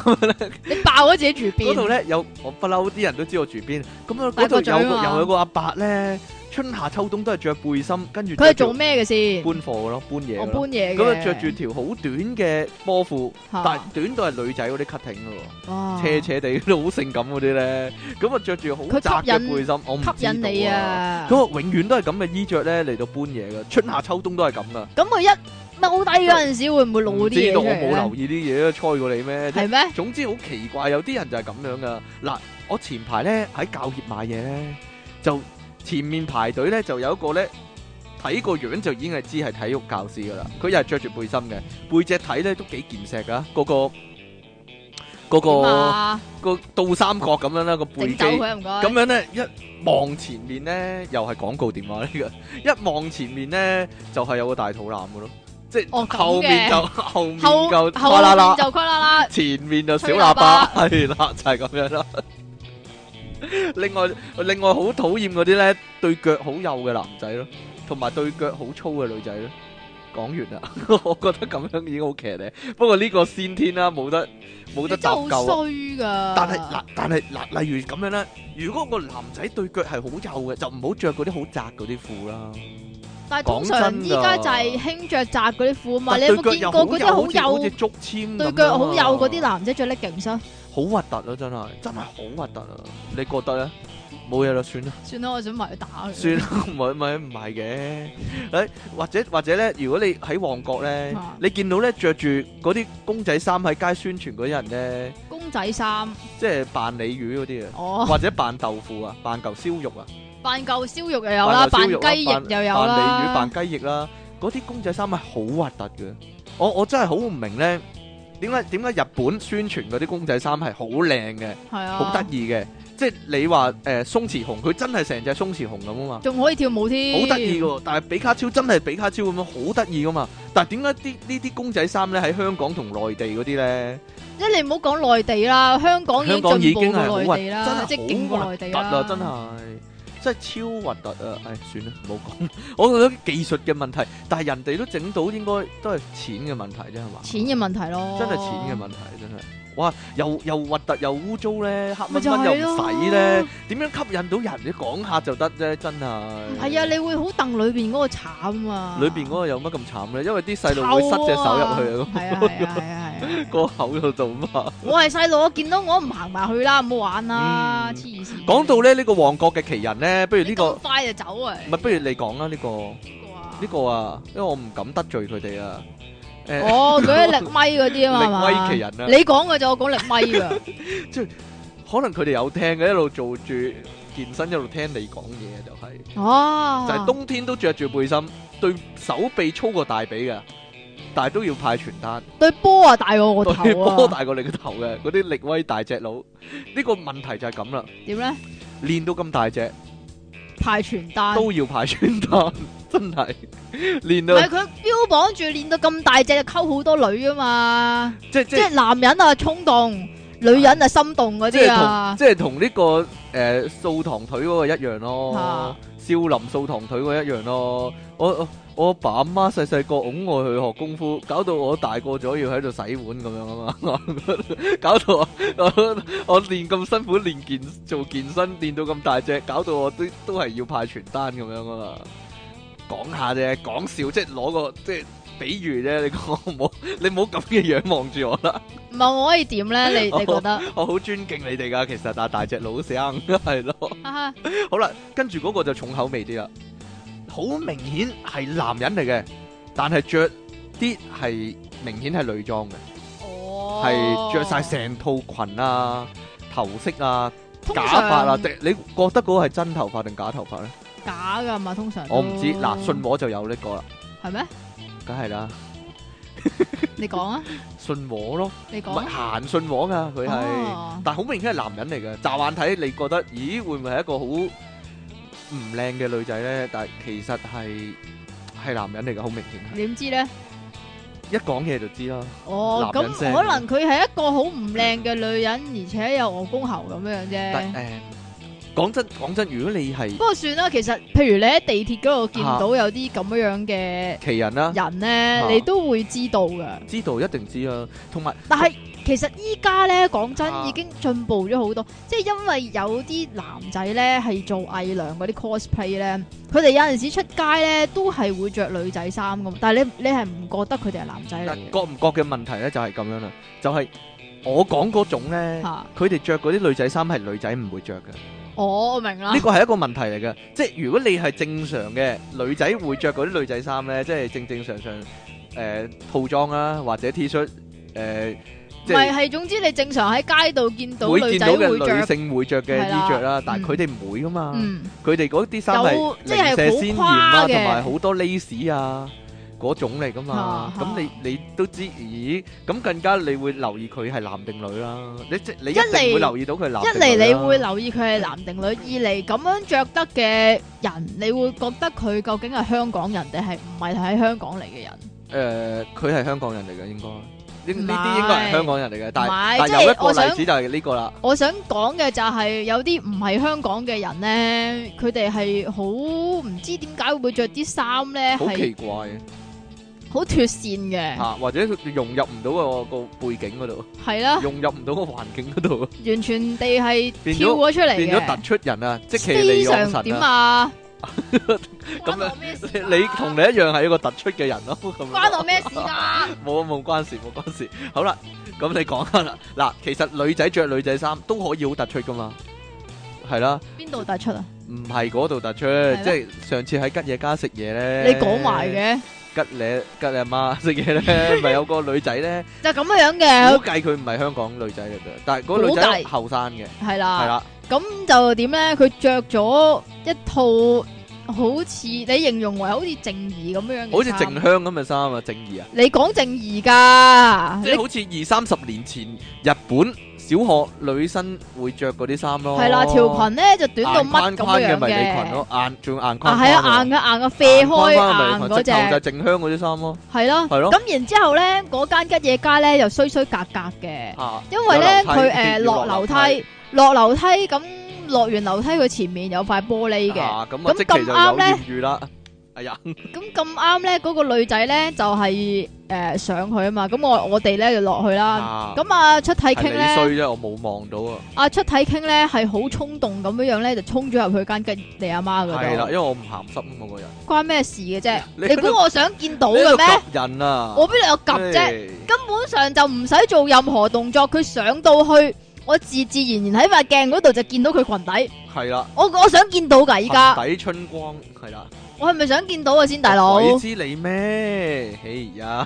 你爆咗自己住嗰度邊？咧有我不嬲，啲人都知我住邊。咁啊，大嗰度個嘴啊有個嘛又有個阿伯咧，春夏秋冬都係着背心，跟住佢係着做住咩嘅先？搬貨嘅咯，搬嘢我嘅搬咯。嘢嘅，咁啊，着住條好短嘅波褲，但係嚇短到係女仔嗰啲 cutting 嘅喎。哇斜斜地嗰啲好性感嗰啲咧，咁啊着住好啊佢窄吸嘅引背心，我唔吸引你知道！啊！咁啊，永遠都係咁嘅衣着咧嚟到搬嘢噶，春夏秋冬都係咁噶。咁啊佢一踎低嗰陣時，會唔會唔露啲知嘢道出嚟我啊冇咧留？意啲嘢，猜過你咩？係咩？總之好奇怪，有啲人就係咁樣噶。嗱，我前排咧喺教協買嘢咧，就前面排隊咧就有一個咧。睇個樣就已經係知係體育教師噶啦，佢又係着住背心嘅，背脊睇咧都幾健碩噶，嗰個嗰點個啊？個倒三角咁樣啦，個背整肌走。佢啊唔該。咁樣咧，一望前面咧，又係廣告電話呢個， 一望前面咧就係、有個大肚腩嘅咯，即係哦咁嘅後面就後面後就後跨啦啦面，就跨啦啦，前面就小吹喇喇叭 叭，係啦，就係、咁樣啦。另外另外好討厭嗰啲咧對腳好幼嘅男仔咯，同埋對腳好粗嘅女仔咯。講完啦， 我覺得咁樣已經好騎呢。不過呢個先天啦，冇得冇你得真搭救係啊。好衰噶。但係嗱，但係嗱，例如咁樣啦，如果個男仔對腳係好幼嘅，就唔好着嗰啲好窄嗰啲褲啦。但係通講常真㗎依家就係興着窄嗰啲褲啊嘛，但你有對腳冇又見過嗰好啲幼好好似好幼似竹籤咁對腳好幼啊嗰啲，男仔着 leggings 啊？好核突咯，真係真係好核突啊！你覺得咧？冇嘢 啦，算啦，算啦，我想埋去打佢。算啦，唔係唔係唔係嘅。誒，或者或者咧，如果你喺旺角咧啊，你見到咧着住嗰啲公仔衫喺街宣傳嗰啲人咧，公仔衫，即係扮鯉魚嗰啲啊，哦，或者扮豆腐啊，扮嚿燒肉啊。扮嚿燒肉又有啦，扮扮牛燒肉啦雞翼又有啊扮鯉魚、啦扮，雞翼啦，嗰啲公仔衫係好核突嘅。我我真係好唔明咧，點解點解日本宣傳嗰啲公仔衫係好靚嘅，係啊，好得，意嘅？即係你話誒、呃、鬆弛熊，佢真係成隻鬆弛熊咁啊嘛，仲可以跳舞添，好得意嘅喎。但係比卡超真係比卡超咁樣，好得意噶嘛。但係點解啲呢啲公仔衫咧喺香港同內地嗰啲咧即係你唔好講內地啦，香港已香港已經經進係步好核過內地真係啦，即係勁好過核內地突啦，啊！真係真係超核突啊！唉、算啦，冇講。 我覺得技術嘅問題，但係人哋都整到，應該都係錢嘅問題啫，係嘛？錢嘅問題咯，真係錢嘅問題，真係。哇！又又核突又污糟咧，黑咪蚊就蚊係又唔咯使咧，點樣吸引到人？你講下就得啫，真係。唔係啊，你會好戥裏邊嗰個慘啊，裏邊嗰個有乜咁慘咧？因為啲細路會塞隻手入係啊去係啊係啊係啊 啊，個口嗰度嘛。我係細路，我見到我唔行埋去啦，唔好玩啦，嗯黐線。講到咧呢個旺角嘅奇人咧，不如呢你個咁快就走啊？唔係，不如你講啦呢個。邊個啊呢？個啊，因為我唔敢得罪佢哋啊。誒、哦，嗰啲力咪嗰啲啊嘛，力威奇係人嘛啊你講嘅就我講力咪 㗎，可能佢哋有聽嘅，一路做住健身，一路聽你講嘢就係、哦，就係冬天都着住背心，對手臂粗過大髀嘅，但係都要派傳單，對波啊大過我個對頭波啊，大過你個頭嘅嗰啲力威大隻佬。呢、個問題就係咁啦，點咧？練到咁大隻派傳單，唔都要派傳單，真係啊練到係佢標榜住練到咁大隻就溝好多女啊嘛。即即即係男人啊衝動，女人啊心動嗰即係啲同啊，即係同呢個誒掃堂腿嗰個一樣咯啊，少林掃堂腿嗰個一樣咯。我我我阿爸阿媽細細個拱我去學功夫，搞到我大個咗要喺度洗碗咁樣啊嘛， 搞到我我我練咁辛苦練健做健身練到咁大隻，搞到我都都係要派傳單咁樣啊嘛。講下啫，講笑即係攞個即係比喻啫。你講唔好，你唔好咁嘅樣望住我啦。唔係我可以點咧？ 你你覺得？我好尊敬你哋噶，其實但係大隻佬聲 係咯。啊哈哈好啦，跟住嗰個就重口味啲啦，好明顯係男人嚟嘅，但係着啲係明顯係女裝嘅，哦，係着晒成套裙啊、頭飾啊、哦通假常髮啊，定你覺得嗰個係真頭髮定假頭髮咧？假噶嘛？通常我唔知，嗱，信和就有呢個啦，係咩？梗係啦，你講啊，信和咯，你唔講係啊，行信和噶，佢係。哦但好明顯係男人嚟嘅，乍眼睇你覺得，咦會唔會係一個好唔靚嘅女仔咧？但係其實係係男人嚟嘅，好明顯係。你點知咧？一講嘢就知啦，哦，男咁人聲可能佢係一個好唔靚嘅女人，而且有鵝公喉咁樣但呃啫。誒講真講真，如果你係不過算啦，其實譬如你喺地鐵嗰度見到有啲咁樣嘅奇人啦，人咧，啊你都會知道噶。知道一定知啦。同埋但係其實依家咧，講真啊已經進步咗好多，即係因為有啲男仔咧係做偽娘嗰啲 cosplay 咧，佢哋有陣時出街咧都係會着女仔衫噶嘛，但係你你係唔覺得佢哋係男仔嚟嗱，嘅覺唔覺嘅問題咧就係咁樣啦，就係我講嗰種咧，嚇？佢哋着嗰啲女仔衫係女仔唔會着嘅。哦，我明啦 呢，個係一個問題嚟嘅，即係如果你係正常嘅女仔會着嗰啲女仔衫咧，即係正正常常誒、呃套裝啦、或者 T 恤誒、呃唔即係係係總之你正常喺街度見到會女見仔到會嘅女着，性會着嘅係啦衣着啦，但係嗯佢哋唔會噶嘛，嗯，佢哋嗰啲衫有係即係零舍鮮豔啦，好誇嘅同埋好多 lace 啊。嗰種嚟噶嘛啊，咁、啊你你都知，咦？咁更加你會留意佢係男定女啦。你即你一一嚟定會留意到啊佢係男一定女嚟你啦會留意佢係男定女，二嚟咁樣着得嘅人，你會覺得佢究竟係香港人定係唔係喺香港嚟嘅人？誒，佢係香港人嚟嘅，應該呢呢啲唔係應該係香港人嚟嘅，但唔係係但即係係有一個我想例子就係呢個啦，我想講嘅就係有啲唔係香港嘅人咧，佢哋係好唔知點解會着啲衫咧好奇啊係怪嘅好脱線嘅，嚇，或者佢融入唔到個個背 景嗰度，係啦，融入唔到個環境嗰度，完全地係變咗跳咗出嚟變咗嘅突。出人啊，即其非利常用神點啊！啊？ 咁關我咩事啊你同你一樣係一個突出嘅人咯， 咁樣關我咩事㗎？冇冇關事冇關事，好啦，咁你講下啦，嗱，其實女仔着女仔衫都可以好突出噶嘛，係啦，邊度突出啊？唔係嗰度突出，咩即係上次喺吉野家食嘢咧，你講埋。嘅吉你吉你阿媽食嘢 咧，咪有個女仔咧，就咁樣估嘅，計佢唔係香港女仔嚟嘅，但係嗰個女估仔計後生嘅，係係啦。啦，咁就點咧？佢着咗一套好似你形容為好似正義咁樣嘅衫，好似靜香咁嘅衫啊，正義啊，你講正義㗎，即係好似二三十年前日本小學女生會着嗰啲衫咯，系啦，條裙咧就短到哦硬乜框咁框樣嘅樣迷你裙嘅，咯，硬仲啊硬框框係喎啊，硬嘅硬嘅啡開框硬框嘅迷你嗰裙直頭只，就係靜香嗰啲衫咯，係咯。係咯咁然之後咧，嗰間吉野家咧又衰衰格格嘅，啊，因為咧有樓梯佢誒呃要落樓樓梯梯，落樓梯咁咁落完樓梯佢前面有塊玻璃嘅，啊，咁啊，咁即期就有咁啱呢艷遇啦。哎呀，咁咁啱咧嗰個女仔咧就係呃上去啊嘛，咁我我哋咧就落去啦。啊咁啊出體係傾你咧，衰啫，我冇望到啊。啊出體傾咧係好衝動咁樣樣咧就衝咗入去間吉你阿媽係啦，嗰因度，為我唔鹹濕啊嘛，個人。關咩事嘅啫？你你估我想見到嘅咩？咩？人啊！我邊度有及啫？唉根本上就唔使做任何動作，佢上到去，我自自然然喺塊鏡嗰度就見到佢裙底。係啦，我我想見到㗎，依家底春光係啦。我係咪想見到啊？先大佬，鬼究知你咩？哎呀，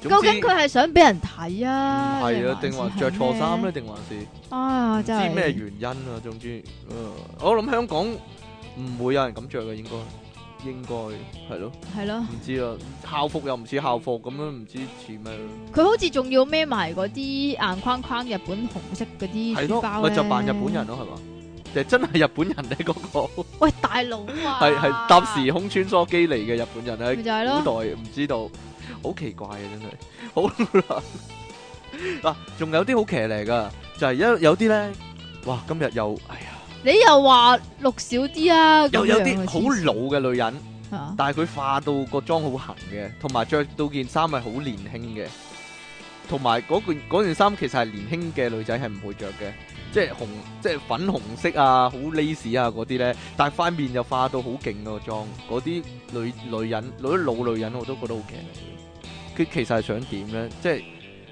究竟佢係想俾人睇啊？係啊，定話着錯衫咧，咧？定還是知啊，真係咩原因啊？總之，嗯我諗香港唔會有人咁着嘅，應該應該係咯，係咯？唔知啦。校服又唔似校服，咁樣唔知似咩咯？佢好似仲要孭埋嗰啲硬框框日本紅色嗰啲係書咯，包咪就扮日本人咯。咯，係嘛？就真係日本人咧，嗰個喂，大佬啊，係係搭時空穿梭機嚟嘅日本人喺咪就係咯古代唔知道，好奇怪啊！真係好 啦，嗱，仲有啲好騎呢噶，就係有有啲咧，哇！今日又哎呀，你又話錄少啲啊？又有咁樣啲啊好黐老嘅女人，線啊但係佢化到個妝好痕嘅，同埋着到件衫係好年輕嘅，同埋嗰件嗰件衫其實係年輕嘅女仔係唔會着嘅，即係紅即係粉紅色啊，好 lace 啊嗰啲咧，但係塊面又化到好勁個妝，嗰啲女女人，嗰啲老女人我都覺得好騎呢。佢其實係想點咧？即係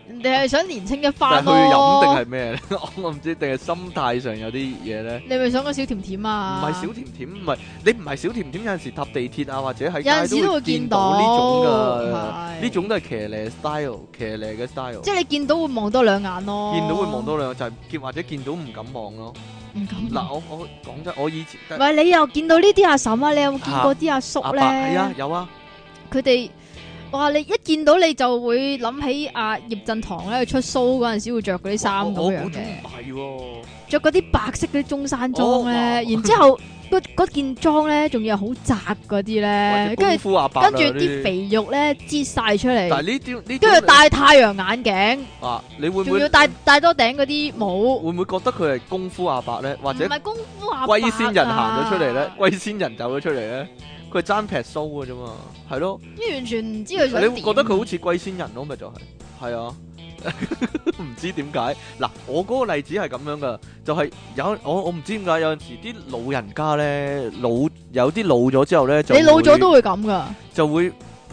人哋係想年青一但番係去飲咯。定係咩咧？ 我唔知，定係心態上有啲嘢咧？你咪想講小甜甜唔啊？係小甜甜，唔係你唔係小甜甜，有陣時搭地鐵啊，或者喺有陣街時都會會見見到呢種噶，係呢種都係騎呢 style，騎呢嘅 style。即係你見到會望多兩眼咯。見到會望多兩個就係見或者見到唔敢望咯。唔敢嗱，我我講真，我以前唔係你又見到呢啲阿嬸啊？你有冇見過啲阿叔阿伯咧？係啊，有啊，佢哋哇！你一見到你就會諗起阿葉振棠咧，佢出 show 嗰陣時會着嗰啲衫我我咁嗰樣種嘅，係喎，着嗰啲白色嗰啲中山裝哦哇咧，然之後嗰嗰件裝咧仲要係好窄嗰啲或 者咧，功跟住夫阿伯啊跟住啲，呢肥肉咧擠晒出但係嚟，呢啲跟呢住戴戴太陽眼鏡，啊，你會唔仲會要戴戴多頂嗰啲帽。會唔會覺得佢係功夫阿伯咧？或者唔係功夫阿伯啊啊龜仙人行咗出嚟咧，，龜仙人走咗出嚟咧，佢爭劈須嘅啫嘛，係咯。因為完全唔知佢想你會覺得佢好似似龜仙人咯，咪就係、係啊， 唔知點解。嗱，我嗰個例子係咁樣噶，就係、有我我唔知點解有陣時啲老人家咧老有啲老咗之後咧，就你老咗會都會咁 噶，就會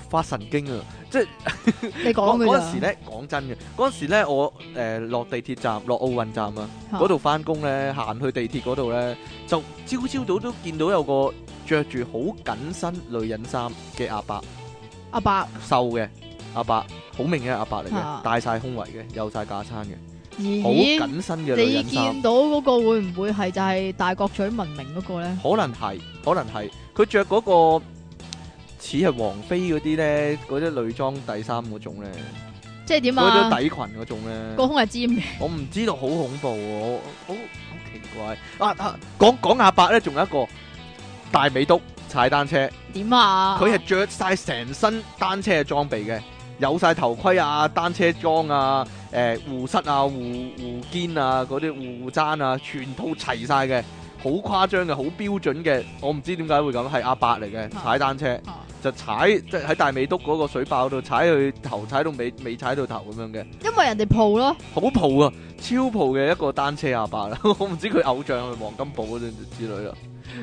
發神經啊！你嗰講嗰佢陣時咋？咧講真嘅，嗰陣時咧我誒落、地鐵站落奧運站啊，嚇嗰度翻工咧行去地鐵嗰度咧，就朝朝早都見到有個着住好緊身女人衫嘅阿伯。阿伯，瘦嘅阿伯，好明顯係阿伯嚟啊嘅，戴晒胸圍嘅，有晒架撐嘅，好咦？緊身嘅女你人衫，見到嗰個會唔會係就係大角咀文明嗰個咧？可能係，可能係，佢着嗰個似係王菲嗰啲咧，嗰啲女裝底衫嗰種咧，即係點嗰啲啊？底裙嗰種個咧，胸係尖嘅， 我唔知道，好恐怖喎，我好好奇怪。啊啊，講講阿伯咧，仲有一個大美督踩單車。點啊？佢係着晒成身單車嘅裝備嘅，有晒頭盔啊、單車裝啊、誒護膝啊、護護肩啊、嗰啲護踭啊，全套齊晒嘅，好誇張嘅，好標準嘅。我唔知點解會咁，係阿伯嚟嘅，踩單車啊就踩即係喺大美督嗰個水壩度踩去頭，踩到尾，尾踩到頭咁樣嘅，因為人哋蒲咯，好蒲啊，超蒲嘅一個單車阿伯啦。 我唔知佢偶像係黃金寶嗰啲之類啦。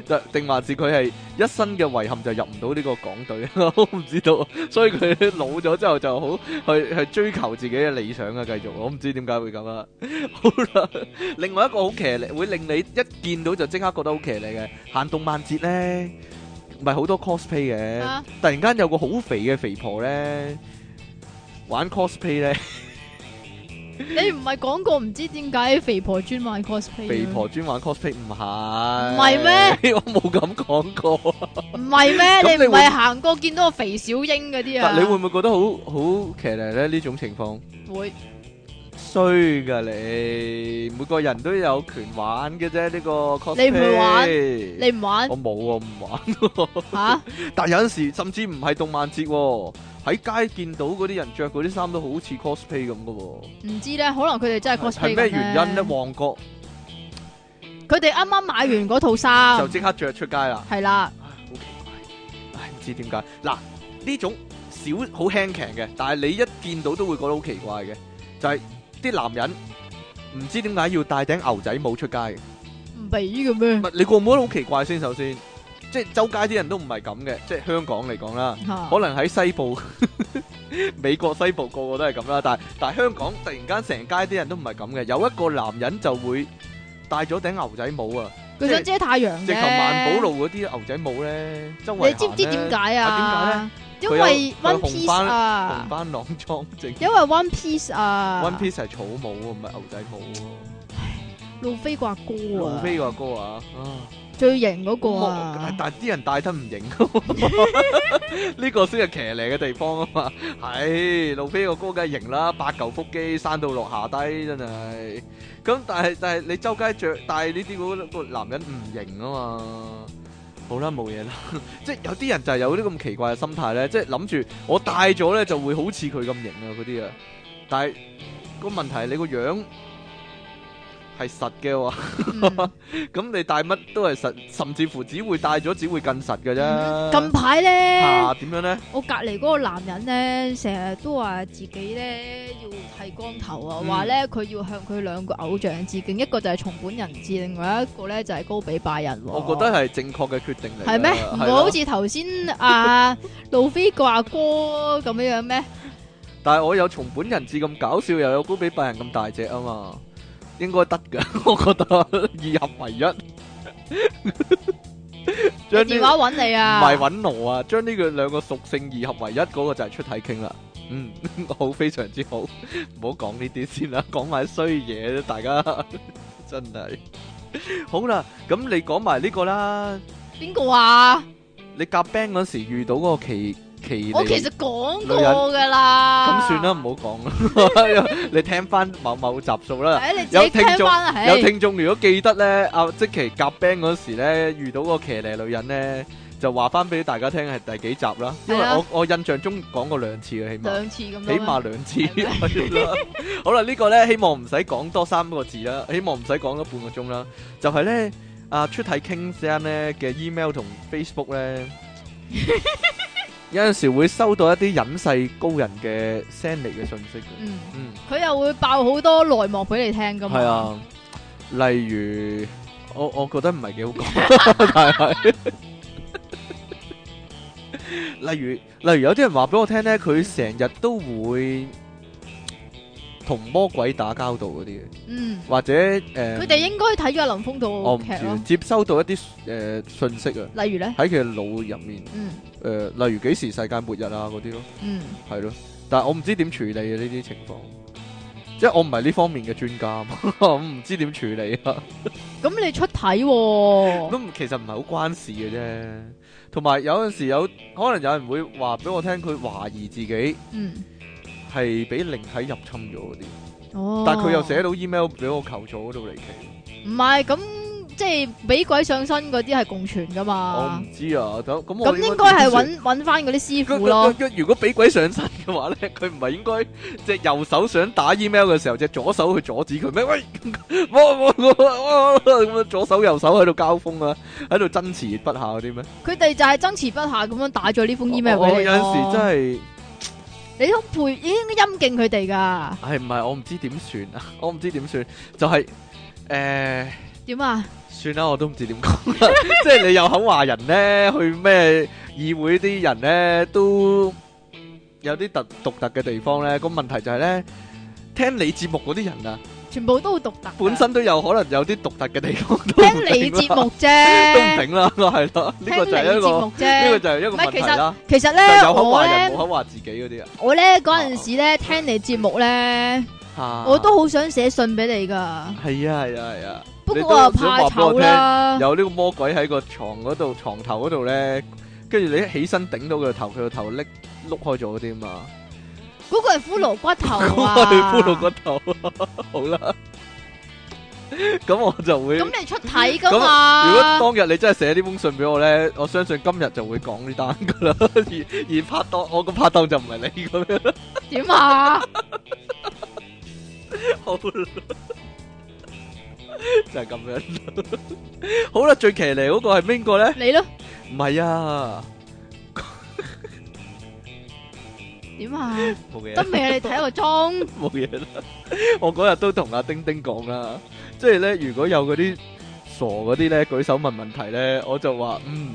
定定還是佢係一身嘅遺憾就入唔到呢個港隊， 我唔知道，所以佢老咗之後就好去去追求自己嘅理想啊！繼續，我唔知點解會咁啊。好啦，另外一個好騎呢，會令你一見到就即刻覺得好騎呢嘅，行動漫節咧，唔 係好多 cosplay 嘅，啊突然間有個好肥嘅肥婆咧玩 cosplay 咧，你唔係講過唔知點解肥婆專賣 cosplay？啊肥婆專玩 cosplay 唔係？唔係？ 我冇咁講過。唔係咩？咁你唔你會係行過見到個肥小英嗰啲啊？但你會唔會覺得好好騎呢咧？呢種情況會衰噶你，每個人都有權玩嘅啫。呢個你 cosplay，唔會玩你你唔玩我冇啊，唔玩。吓？ 但有陣時甚至唔係動漫節喎，喺街見到嗰啲人着嗰啲衫都好似 cosplay 咁嘅喎。唔知咧，可能佢哋真係係 cosplay 咩緊原因咧？旺角佢佢哋啱啱買完嗰套衫就，即刻着出街啦。係啦，唉好奇怪，唉，唔知點解。嗱，呢種少好輕強嘅，但係你一見到都會覺得好奇怪嘅，就係、啲男人唔知點解要戴頂牛仔帽出街嘅。唔俾嘅咩唔？係你覺唔覺得好奇怪先？首先，即係周街啲人都唔係咁嘅，即係香港嚟講啦。嚇可能喺西部、 美國西部個個都係咁啦，但係但係香港突然間成街啲人都唔係咁嘅，有一個男人就會戴咗頂牛仔帽啊，佢想遮太陽嘅。直頭萬寶路嗰啲牛仔帽咧，周圍你知唔知點行解啊啊？因點為解咧佢 One 有佢紅 Piece 斑啊紅，斑狼瘡正因為 One Piece 啊，One Piece 係草帽啊喎，唔係牛仔帽喎。路飛個阿哥路啊，飛個歌啊，啊！最型嗰個咁我啊，但係啲人戴得唔型，呢個先係騎呢嘅地方啊嘛。係路飛個哥梗係型啦，八嚿腹肌生到落下低，真係。咁但係但係你周街着戴呢啲嗰個男人唔型啊嘛。好啦，冇嘢啦。 即係有啲人就係有啲咁奇怪嘅心態咧，即係諗住我戴咗咧就會好似佢咁型啊嗰啲啊。但係個問題係你個樣係實嘅喎。嗯咁你戴乜都係實，甚至乎只會戴咗只會更實嘅啫。嗯 近排咧，啊點樣咧？我隔離嗰個男人咧，成日都話自己咧要剃光頭啊，嗯話咧佢要向佢兩個偶像致敬，一個就係松本人志，另外一個咧就係高比拜仁喎。我覺得係正確嘅決定嚟㗎。係咩？唔係會啦好似頭先啊路飛個阿哥咁樣樣咩？但係我有松本人志咁搞笑，又有高比拜人咁大隻啊嘛，應該得㗎。 我覺得二合為一。你將電呢話揾你唔啊？係揾我啊，將呢個兩個屬性二合為一嗰個就係出體傾啦。嗯， 好非常之好，唔好講呢啲先啦， 講埋衰嘢，啊大家 真係好啦。咁你講埋呢個啦，邊個啊？你夾 band 嗰時遇到嗰個奇奇我離其實講過噶啦。咁算啦，。唔好講啦， 你聽翻某某集數啦。係你自己聽翻啊！有唉聽眾如果記得咧，阿即其夾 band 嗰時咧，遇到個騎呢女人咧，就話翻俾大家聽係第幾集啦。因係為啊我我印象中講過兩次嘅，起碼兩次咁樣。啊起碼兩次 係咩係啦。好啦，呢個咧希望唔使講多三個字啦，希望唔使講多半個鐘啦。就係咧，阿出體傾聲咧嘅 email 同 Facebook 咧。有陣時會收到一啲隱世高人嘅 send 嚟嘅信息嘅，嗯，嗯。佢又會爆好多內幕俾你聽噶嘛。係。啊，例如我我覺得唔係幾好講， 但係例如例如有啲人話俾我聽咧，佢成日都會同魔鬼打交道嗰啲嘅，嗯，或者誒，呃佢哋應該睇咗阿林峯套我唔劇咯。知接收到一啲誒、呃信息啊，例如咧，喺佢嘅腦入面嗯誒、呃例如幾時世界末日啊嗰啲咯，嗯，係咯，但係我唔知點處理嘅呢啲情況。即係我唔係呢方面嘅專家啊嘛， 我唔知點處理啊。咁你出體喎，都唔其實唔係好關事嘅啫。同埋有陣時有可能有人會話俾我聽，佢懷疑自己嗯，係俾靈體入侵咗嗰啲，哦。但係佢又寫到 email 俾我求助嗰度離奇。唔係咁，即係俾鬼上身嗰啲係共存噶我嘛唔。知啊，咁咁我咁應該係點算揾揾翻嗰啲師佢傅咯佢。佢如果俾鬼上身嘅話咧，佢唔係應該隻右手想打 email 嘅時候，隻左手去阻止佢咩？喂，我我我我咁樣左手右手喺度交鋒啊，喺度爭持不下嗰啲咩？佢哋就係爭持不下咁樣打咗呢封 email 我我俾你有陣時真係，係。你都配已經陰敬佢哋噶。唉，唔 係，我唔知點算啊！我唔知點算，就係、呃點啊？算啦，我都唔知點講啦。即係你有口話人咧，去咩議會啲人咧，都有啲特獨特嘅地方咧。個問題就係咧，聽你節目嗰啲人啊， 全部都好獨特㗎。本身都有可能有啲獨特嘅地方都唔聽你節定啦，目 都唔啫，定啦，係咯，呢、聽個你就係一節個。目呢個啫。就係一個唔係問題其實啦，其實就咧，有口我話人，冇咧，口話自己嗰啲啊，我咧嗰陣時咧聽你節目咧，嚇我都好想寫信俾你噶，係啊係啊係啊，不你過都我又想怕話俾我醜啦。有呢個魔鬼喺個床嗰度，床頭嗰度咧，跟住你一起身頂到佢個頭，佢個頭拎碌開咗啲嘛，嗰個係骷髏骨頭啊！我哋骷髏個頭， 好啦，咁我就會，如咁你出體噶嘛？果當日你真係寫呢封信俾我咧，我相信今日就會講呢單噶啦，而 而拍檔，我個拍檔就唔係你咁樣，點啊？好啦， 就係咁樣。好啦，最騎呢嗰個係邊個咧？你咯，唔係啊，點啊？ 冇嘢得啊。未啊？你睇個妝，冇嘢啦。我嗰日都同阿丁丁講啦，即係咧，如果有嗰啲傻嗰啲咧舉手問問題咧，我就話嗯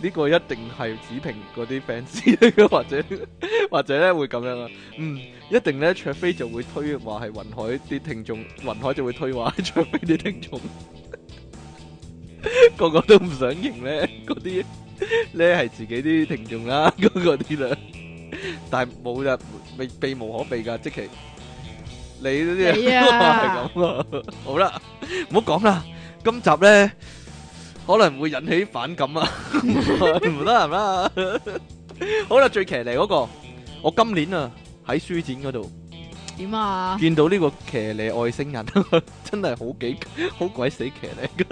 呢、個一定係子平嗰啲 fans 嚟嘅，或者 或者咧會咁樣啊，嗯一定咧卓飛就會推話係雲海啲聽眾，雲海就會推話 係卓飛啲聽眾。 個個都唔想認咧， 嗰啲咧係自己啲聽眾啦， 嗰嗰啲啦，但係冇啦，避避無可避噶，即其你呢啲你啊係咁啊， 好啦，唔好講啦，今集咧可能會引起反感啊， 唔得唔 得，好啦，最騎呢嗰個，我今年啊喺書展嗰度。點啊？見到呢個騎呢外星人， 真係好幾好鬼死騎呢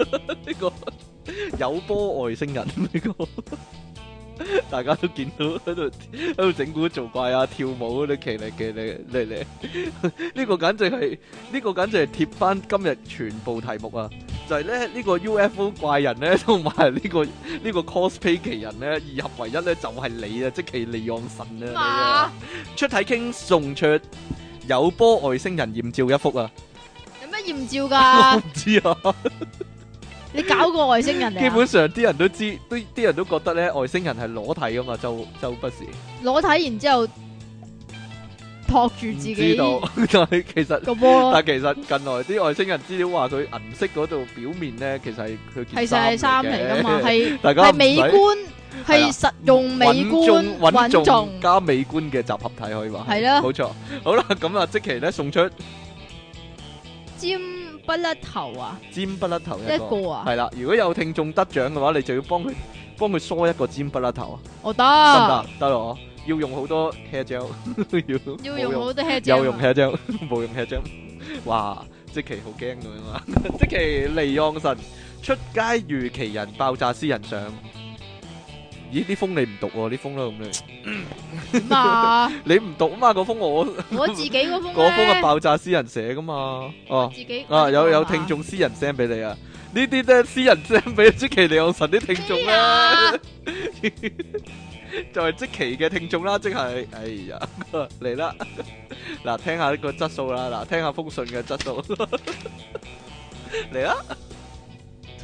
呢個 有波外星人呢個， 大家都見到喺度喺度整蠱做怪啊，跳舞嗰啲騎呢騎呢嚟嚟，呢 個簡直係呢個簡直係貼翻今日全部題目啊！就係咧呢個 UFO 怪人咧，同埋呢個呢個 cosplay 奇人咧，二合為一咧就係你啊，即其利昂神啊！你啊嘛，出體傾送出有波外星人豔照一幅啊！有咩豔照 我㗎？唔知啊，你搞個外星人基嚟啊？本上啲人都知，都啲人都覺得咧外星人係裸體噶嘛，周周不時裸體然之後托住唔自知己道， 個但係其實波，但係其實近來啲外星人資料話佢銀色嗰度表面咧，其實係佢其件實係衫衫嚟嚟嘅㗎嘛，係 大家係唔美使觀，係啦係實用美觀，穩穩重重。加美觀嘅集合體可以話係啦冇錯。好啦，咁啊，即期咧送出尖不甩頭啊，尖不甩頭一個啊系，啦，如果有聽眾得獎嘅話，你就要幫佢幫佢梳一個尖不甩頭我啊，得唔得，得？得咯，要用好多 hair gel，要要用好多 hair 有用 gel 啊 hair gel，冇用 hair gel。哇！即其好驚咁樣啊！ 即其離岸神出街遇奇人爆炸私人相。咦？啲風你唔讀喎，啲風啦咁樣， 點啊？你唔讀啊嘛？嗰封我嗰我自己嗰封封係咧，爆炸私人寫噶嘛？哦。自己啊，有有聽聽眾眾私人 send 俾你啊！呢啲咧私人 send 俾即奇利昂神啲聽眾咧，就係即奇嘅聽眾啦，即係哎呀 嚟啦！嗱，聽下呢個質素啦，嗱，聽下封信嘅質素 嚟啦！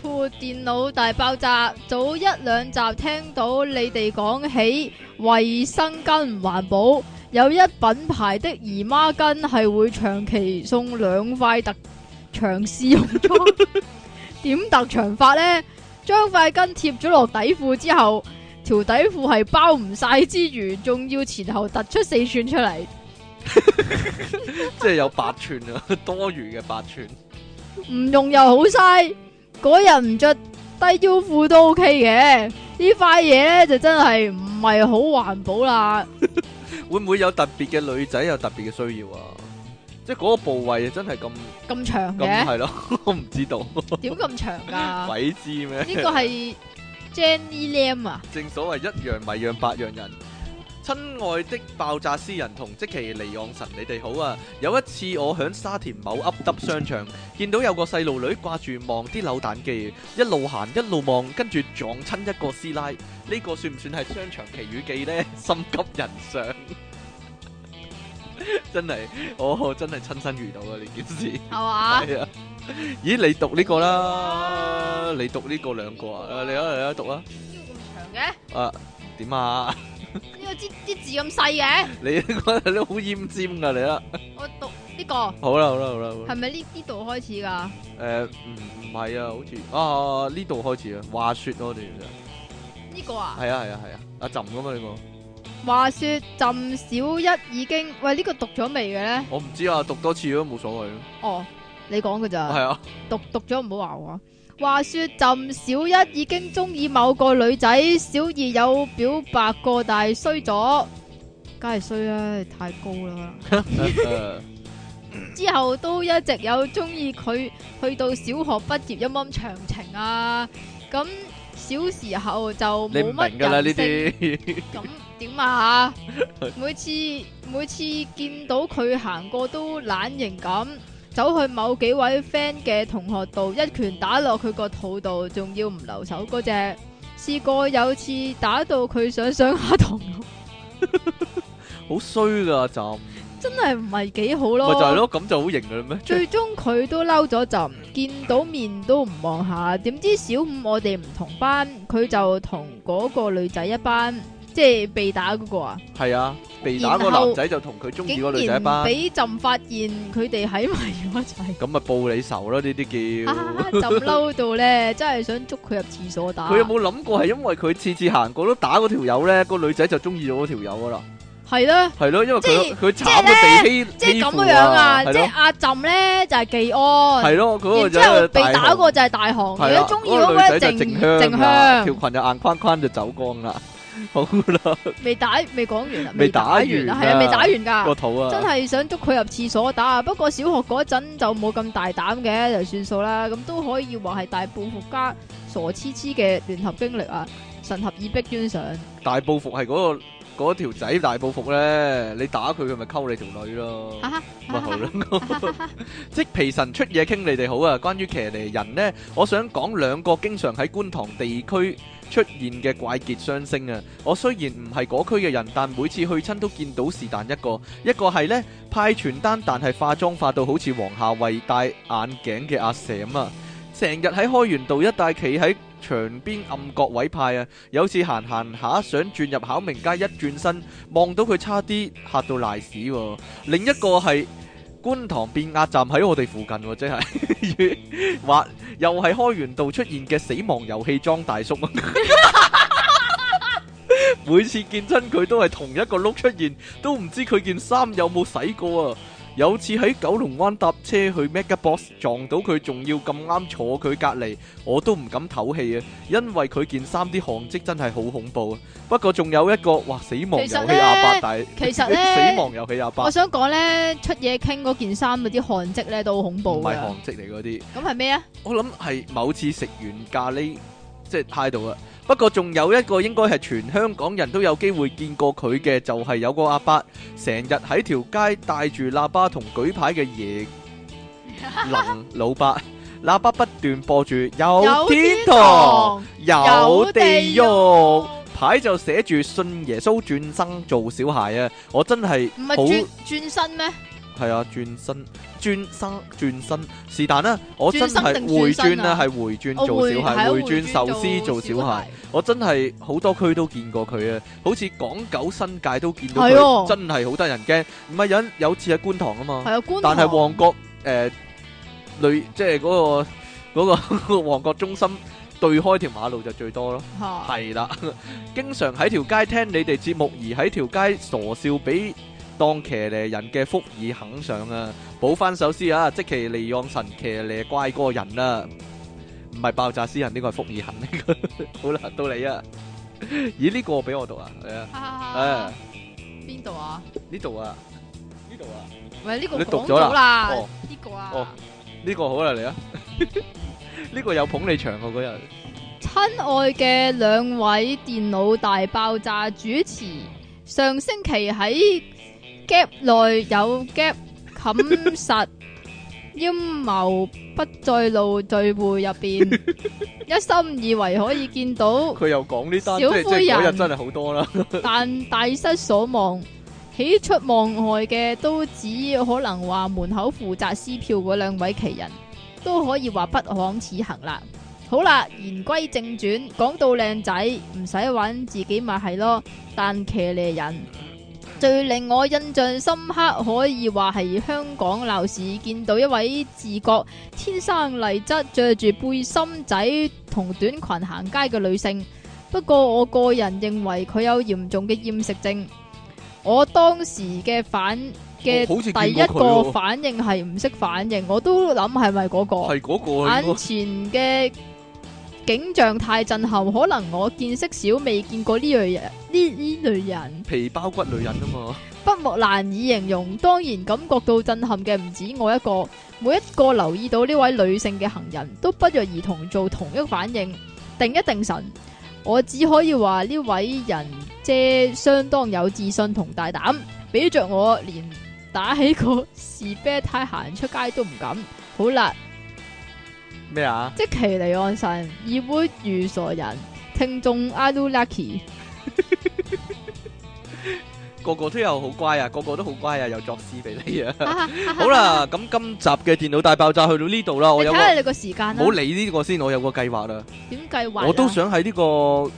To 電腦大爆炸，早一兩集聽到你哋講起衛生巾唔環保，有一品牌的姨媽巾係會長期送兩塊特長試用裝，點特長法呢？將塊巾貼咗落底褲之後，條底褲係包唔晒之餘，仲要前後突出四寸出嚟。即係有八寸啊， 多餘嘅八寸，唔用又好嘥，嗰日唔着低腰褲都 OK 嘅。呢塊嘢咧就真係唔係好環保啦。會唔會有特別嘅女仔有特別嘅需要啊？即係嗰個部位真係咁咁長咁嘅，係咯， 我唔知道，點咁長 噶？鬼知咩？呢個係 Jenny Lam 啊，正所謂一樣米養百樣人。親愛的爆炸詩人同即其離昂神，你哋好啊！有一次我響沙田某噏耷商場，見到有個細路女掛住望啲扭蛋機，一路行一路望，跟住撞親一個師奶。呢、個算唔算係商場奇遇記呢？ 心急人上， 真係我真係親身遇到啊！呢件事。係嘛？係啊，咦？你讀呢個啦，你讀呢個兩個啊？你啊你啊讀啊！呢個咁長嘅，啊，點啊？ 呢個啲啲字咁細嘅，你嗰度都好奄尖噶，你啦。我讀呢個好啦，好啦，好啦好啦。係咪呢呢度開始噶？誒，唔唔係啊，好似啊呢度開始啊。話説我哋其實呢個啊，係啊係啊係啊，阿朕噶嘛呢個，話說朕小一已經喂呢個讀咗未嘅咧？我唔知啊，讀多次都冇所謂咯。哦，你講噶咋？係 啊，讀讀咗唔好話我。啊話說朕小一已經中意某個女仔，小二有表白過，但係衰咗，梗係衰啦，太高啦。誒之後都一直有中意佢，去到小學畢業，陰陰長情啊。咁小時候就你冇唔乜明㗎啦呢人性啲，咁點 啊？每次每次見到佢行過都懶型咁，走去某幾位 friend 嘅同學度，一拳打落佢個肚度，仲要唔留手嗰只。試過有次打到佢想上下堂， 好衰噶朕，真係唔係幾好咪咯。就係咯，咁就好型啦咩？最終佢都嬲咗陣，見到面都唔望下。點知小五我哋唔同班，佢就同嗰個女仔一班，即係被打嗰個啊。係啊，被打個然後男仔就同佢中意竟個女仔一然班，俾朕發現佢哋喺埋咗一 齊，À, 咁咪報你仇咯呢啲叫。啊！朕嬲到咧，真係想捉佢入廁所打。佢有冇諗過係因為佢次次行過都打嗰條友咧，個女仔就中意咗嗰條友噶啦？係啦？係咯，因為即係佢佢慘即係到被欺即係咁欺負樣啊！係即係咯阿朕咧就係技安，係咯，嗰個然就之後被大打雄嗰個就係大雄，係而啦家中意嗰嗰個個女仔就靜靜靜啦，條香，裙就硬框框就走光啦，好啦未打未講完啊，未打打完啊，係啊，啊未打完㗎。個肚啊，真係想捉佢入廁所打啊！不過小學嗰陣就冇咁大膽嘅，就算數啦。咁都可以話係大報復加傻痴痴嘅聯合經歷啊！神合以逼冤上，大報復係嗰個嗰條仔大報復咧，你打佢佢咪溝你條女咯。哈哈咪好咯， 即皮神出嘢傾，你哋好啊！關於騎呢人呢，我想講兩個經常喺觀塘地區出現嘅怪傑雙星啊！我雖然唔係嗰區嘅人，但每次去親都見到是但一個，一個係呢，派傳單，但係化妝化到好似黃夏慧戴眼鏡嘅阿僉啊！成日喺開源道一帶企喺牆邊暗角位派啊！有次行行下想轉入考明街，一轉身望到佢差啲嚇到賴屎喎、另一個係 觀塘變壓站喺我哋附近喎、即係話又係開源道出現嘅死亡遊戲裝大叔啊！ 每次見親佢都係同一個碌出現，都唔知佢件衫有冇洗過啊！有次喺九龍灣搭車去 Mega Box 撞到佢，仲要咁啱坐佢隔離，我都唔敢唞氣啊！因為佢件衫啲汗跡真係好恐怖啊！不過仲有一個，哇！死亡遊其戲實呢阿伯大，其實呢 死亡遊戲阿伯我。想講咧，出嘢傾嗰件衫嗰啲汗跡咧都好恐怖唔係嘅。韓式嚟嗰啲，咁係咩啊？我諗係某次食完咖喱即係態度啊。不過仲有一個應該係全香港人都有機會見過佢嘅，就係、有個阿伯成日喺條街帶住喇叭同舉牌嘅耶能老伯，喇叭不斷播住有哦天堂哦有地獄。牌就寫住信耶穌轉生做小孩啊！我真係唔好係轉轉身咩？係啊，轉身、轉生、轉身，是但啦。我真轉生係定回轉身轉啊啦，係回轉我做小孩，係啊回轉轉壽司做小孩。，我真係好多區都見過佢啊，好似港九新界都見到係喎佢，真係好得人驚。唔係有人有次喺觀塘啊嘛，係啊，觀塘但係旺角誒類即係嗰個嗰個旺角中心對開條馬路就最多咯。嚇係啦，經常喺條街聽你哋節目，而喺條街傻笑俾當騎呢人嘅福爾肯上啊！補翻首詩啊，即其利昂神騎呢怪個人啊，唔係爆炸詩人呢個係福爾肯 呢個。好啦，到你啊！咦，呢、個俾我讀啊？係啊，哈哈誒、哈邊度啊？呢度啊，呢度啊，喂，呢個你讀講咗啦咗啦，哦呢個啊哦。呢、個好啦，嚟啊！ 呢個有捧你場啊嗰日，親愛嘅兩位電腦大爆炸主持，上星期喺 gap 內有 gap 冚實陰謀不在路聚會入邊，一心以為可以見 到，佢又講呢單，即小係即灰係嗰人日真係好多啦。但大失所望。喜出望外嘅都只可能話門口負責撕票嗰兩位奇人，都可以話不枉此行啦。好啦，言歸正傳，講到靚仔，唔使揾自己咪係咯。但騎呢人最令我印象深刻，可以話係香港鬧市見到一位自覺天生麗質、着住背心仔同短裙行街嘅女性。不過我個人認為佢有嚴重嘅厭食症。我當時嘅反嘅我好似見過第一佢個喎反應係唔識反應，我都諗係咪嗰個？係嗰個啊應眼該前嘅景象太震撼，可能我見識少，未見過呢類人呢呢類人，皮包骨女人啊 嘛。筆墨難以形容。當然感覺到震撼嘅唔止我一個，每一個留意到呢位女性嘅行人都不約而同做同一反應，定一定神。我只可以話呢位人姐相當有自信同大膽，俾着我連打起個士啤呔行出街都唔敢。好啦，咩啊？即其離岸神，議會遇傻人，聽眾 I do lucky，個個都有好乖啊，個個都好乖啊，又作詩俾 你啊！ 好好，啦，咁今集嘅電腦大爆炸去到呢度啦，你我睇有個下你個時間啦唔好，理呢個先，我有個計劃啦，點計劃啊？我都想喺呢個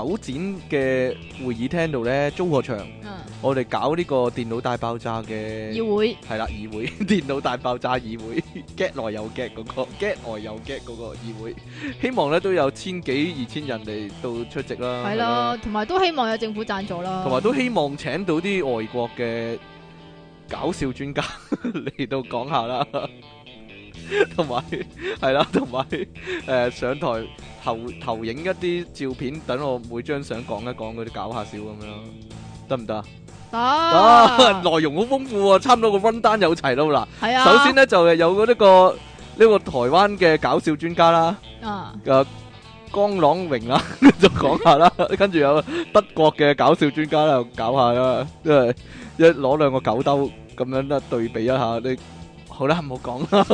九展嘅會議廳度咧租個場，嗯我哋搞呢個電腦大爆炸嘅。議會係啦，議會 電腦大爆炸議會 get 內有 get 嗰、個 get 外有 get 嗰個議會，希望咧都有千幾二千人嚟到出席啦。係咯，，同埋都希望有政府贊助啦，同埋都希望請到啲外國嘅搞笑專家 嚟到講下啦，同埋係啦，同埋誒上台投投影一啲照片，等我每張相講一講嗰啲搞下笑咁樣，得唔得啊？啊，得內容好豐富喎，差唔多個 run 單有齊咯嗱。係啊，首先咧就係有嗰、呢個呢、個台灣嘅搞笑專家啦，啊，誒、呃江朗榮啦， 就講下啦，跟住有德國嘅搞笑專家啦，搞下啦，即係一攞兩個狗兜咁樣啦，對比一下你。好啦，唔好講啦，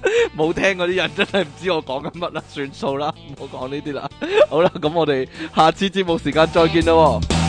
冇聽嗰啲人真係唔知我講緊乜啦，算數啦，唔好講呢啲啦。好啦，咁我哋下次節目時間再見啦喎。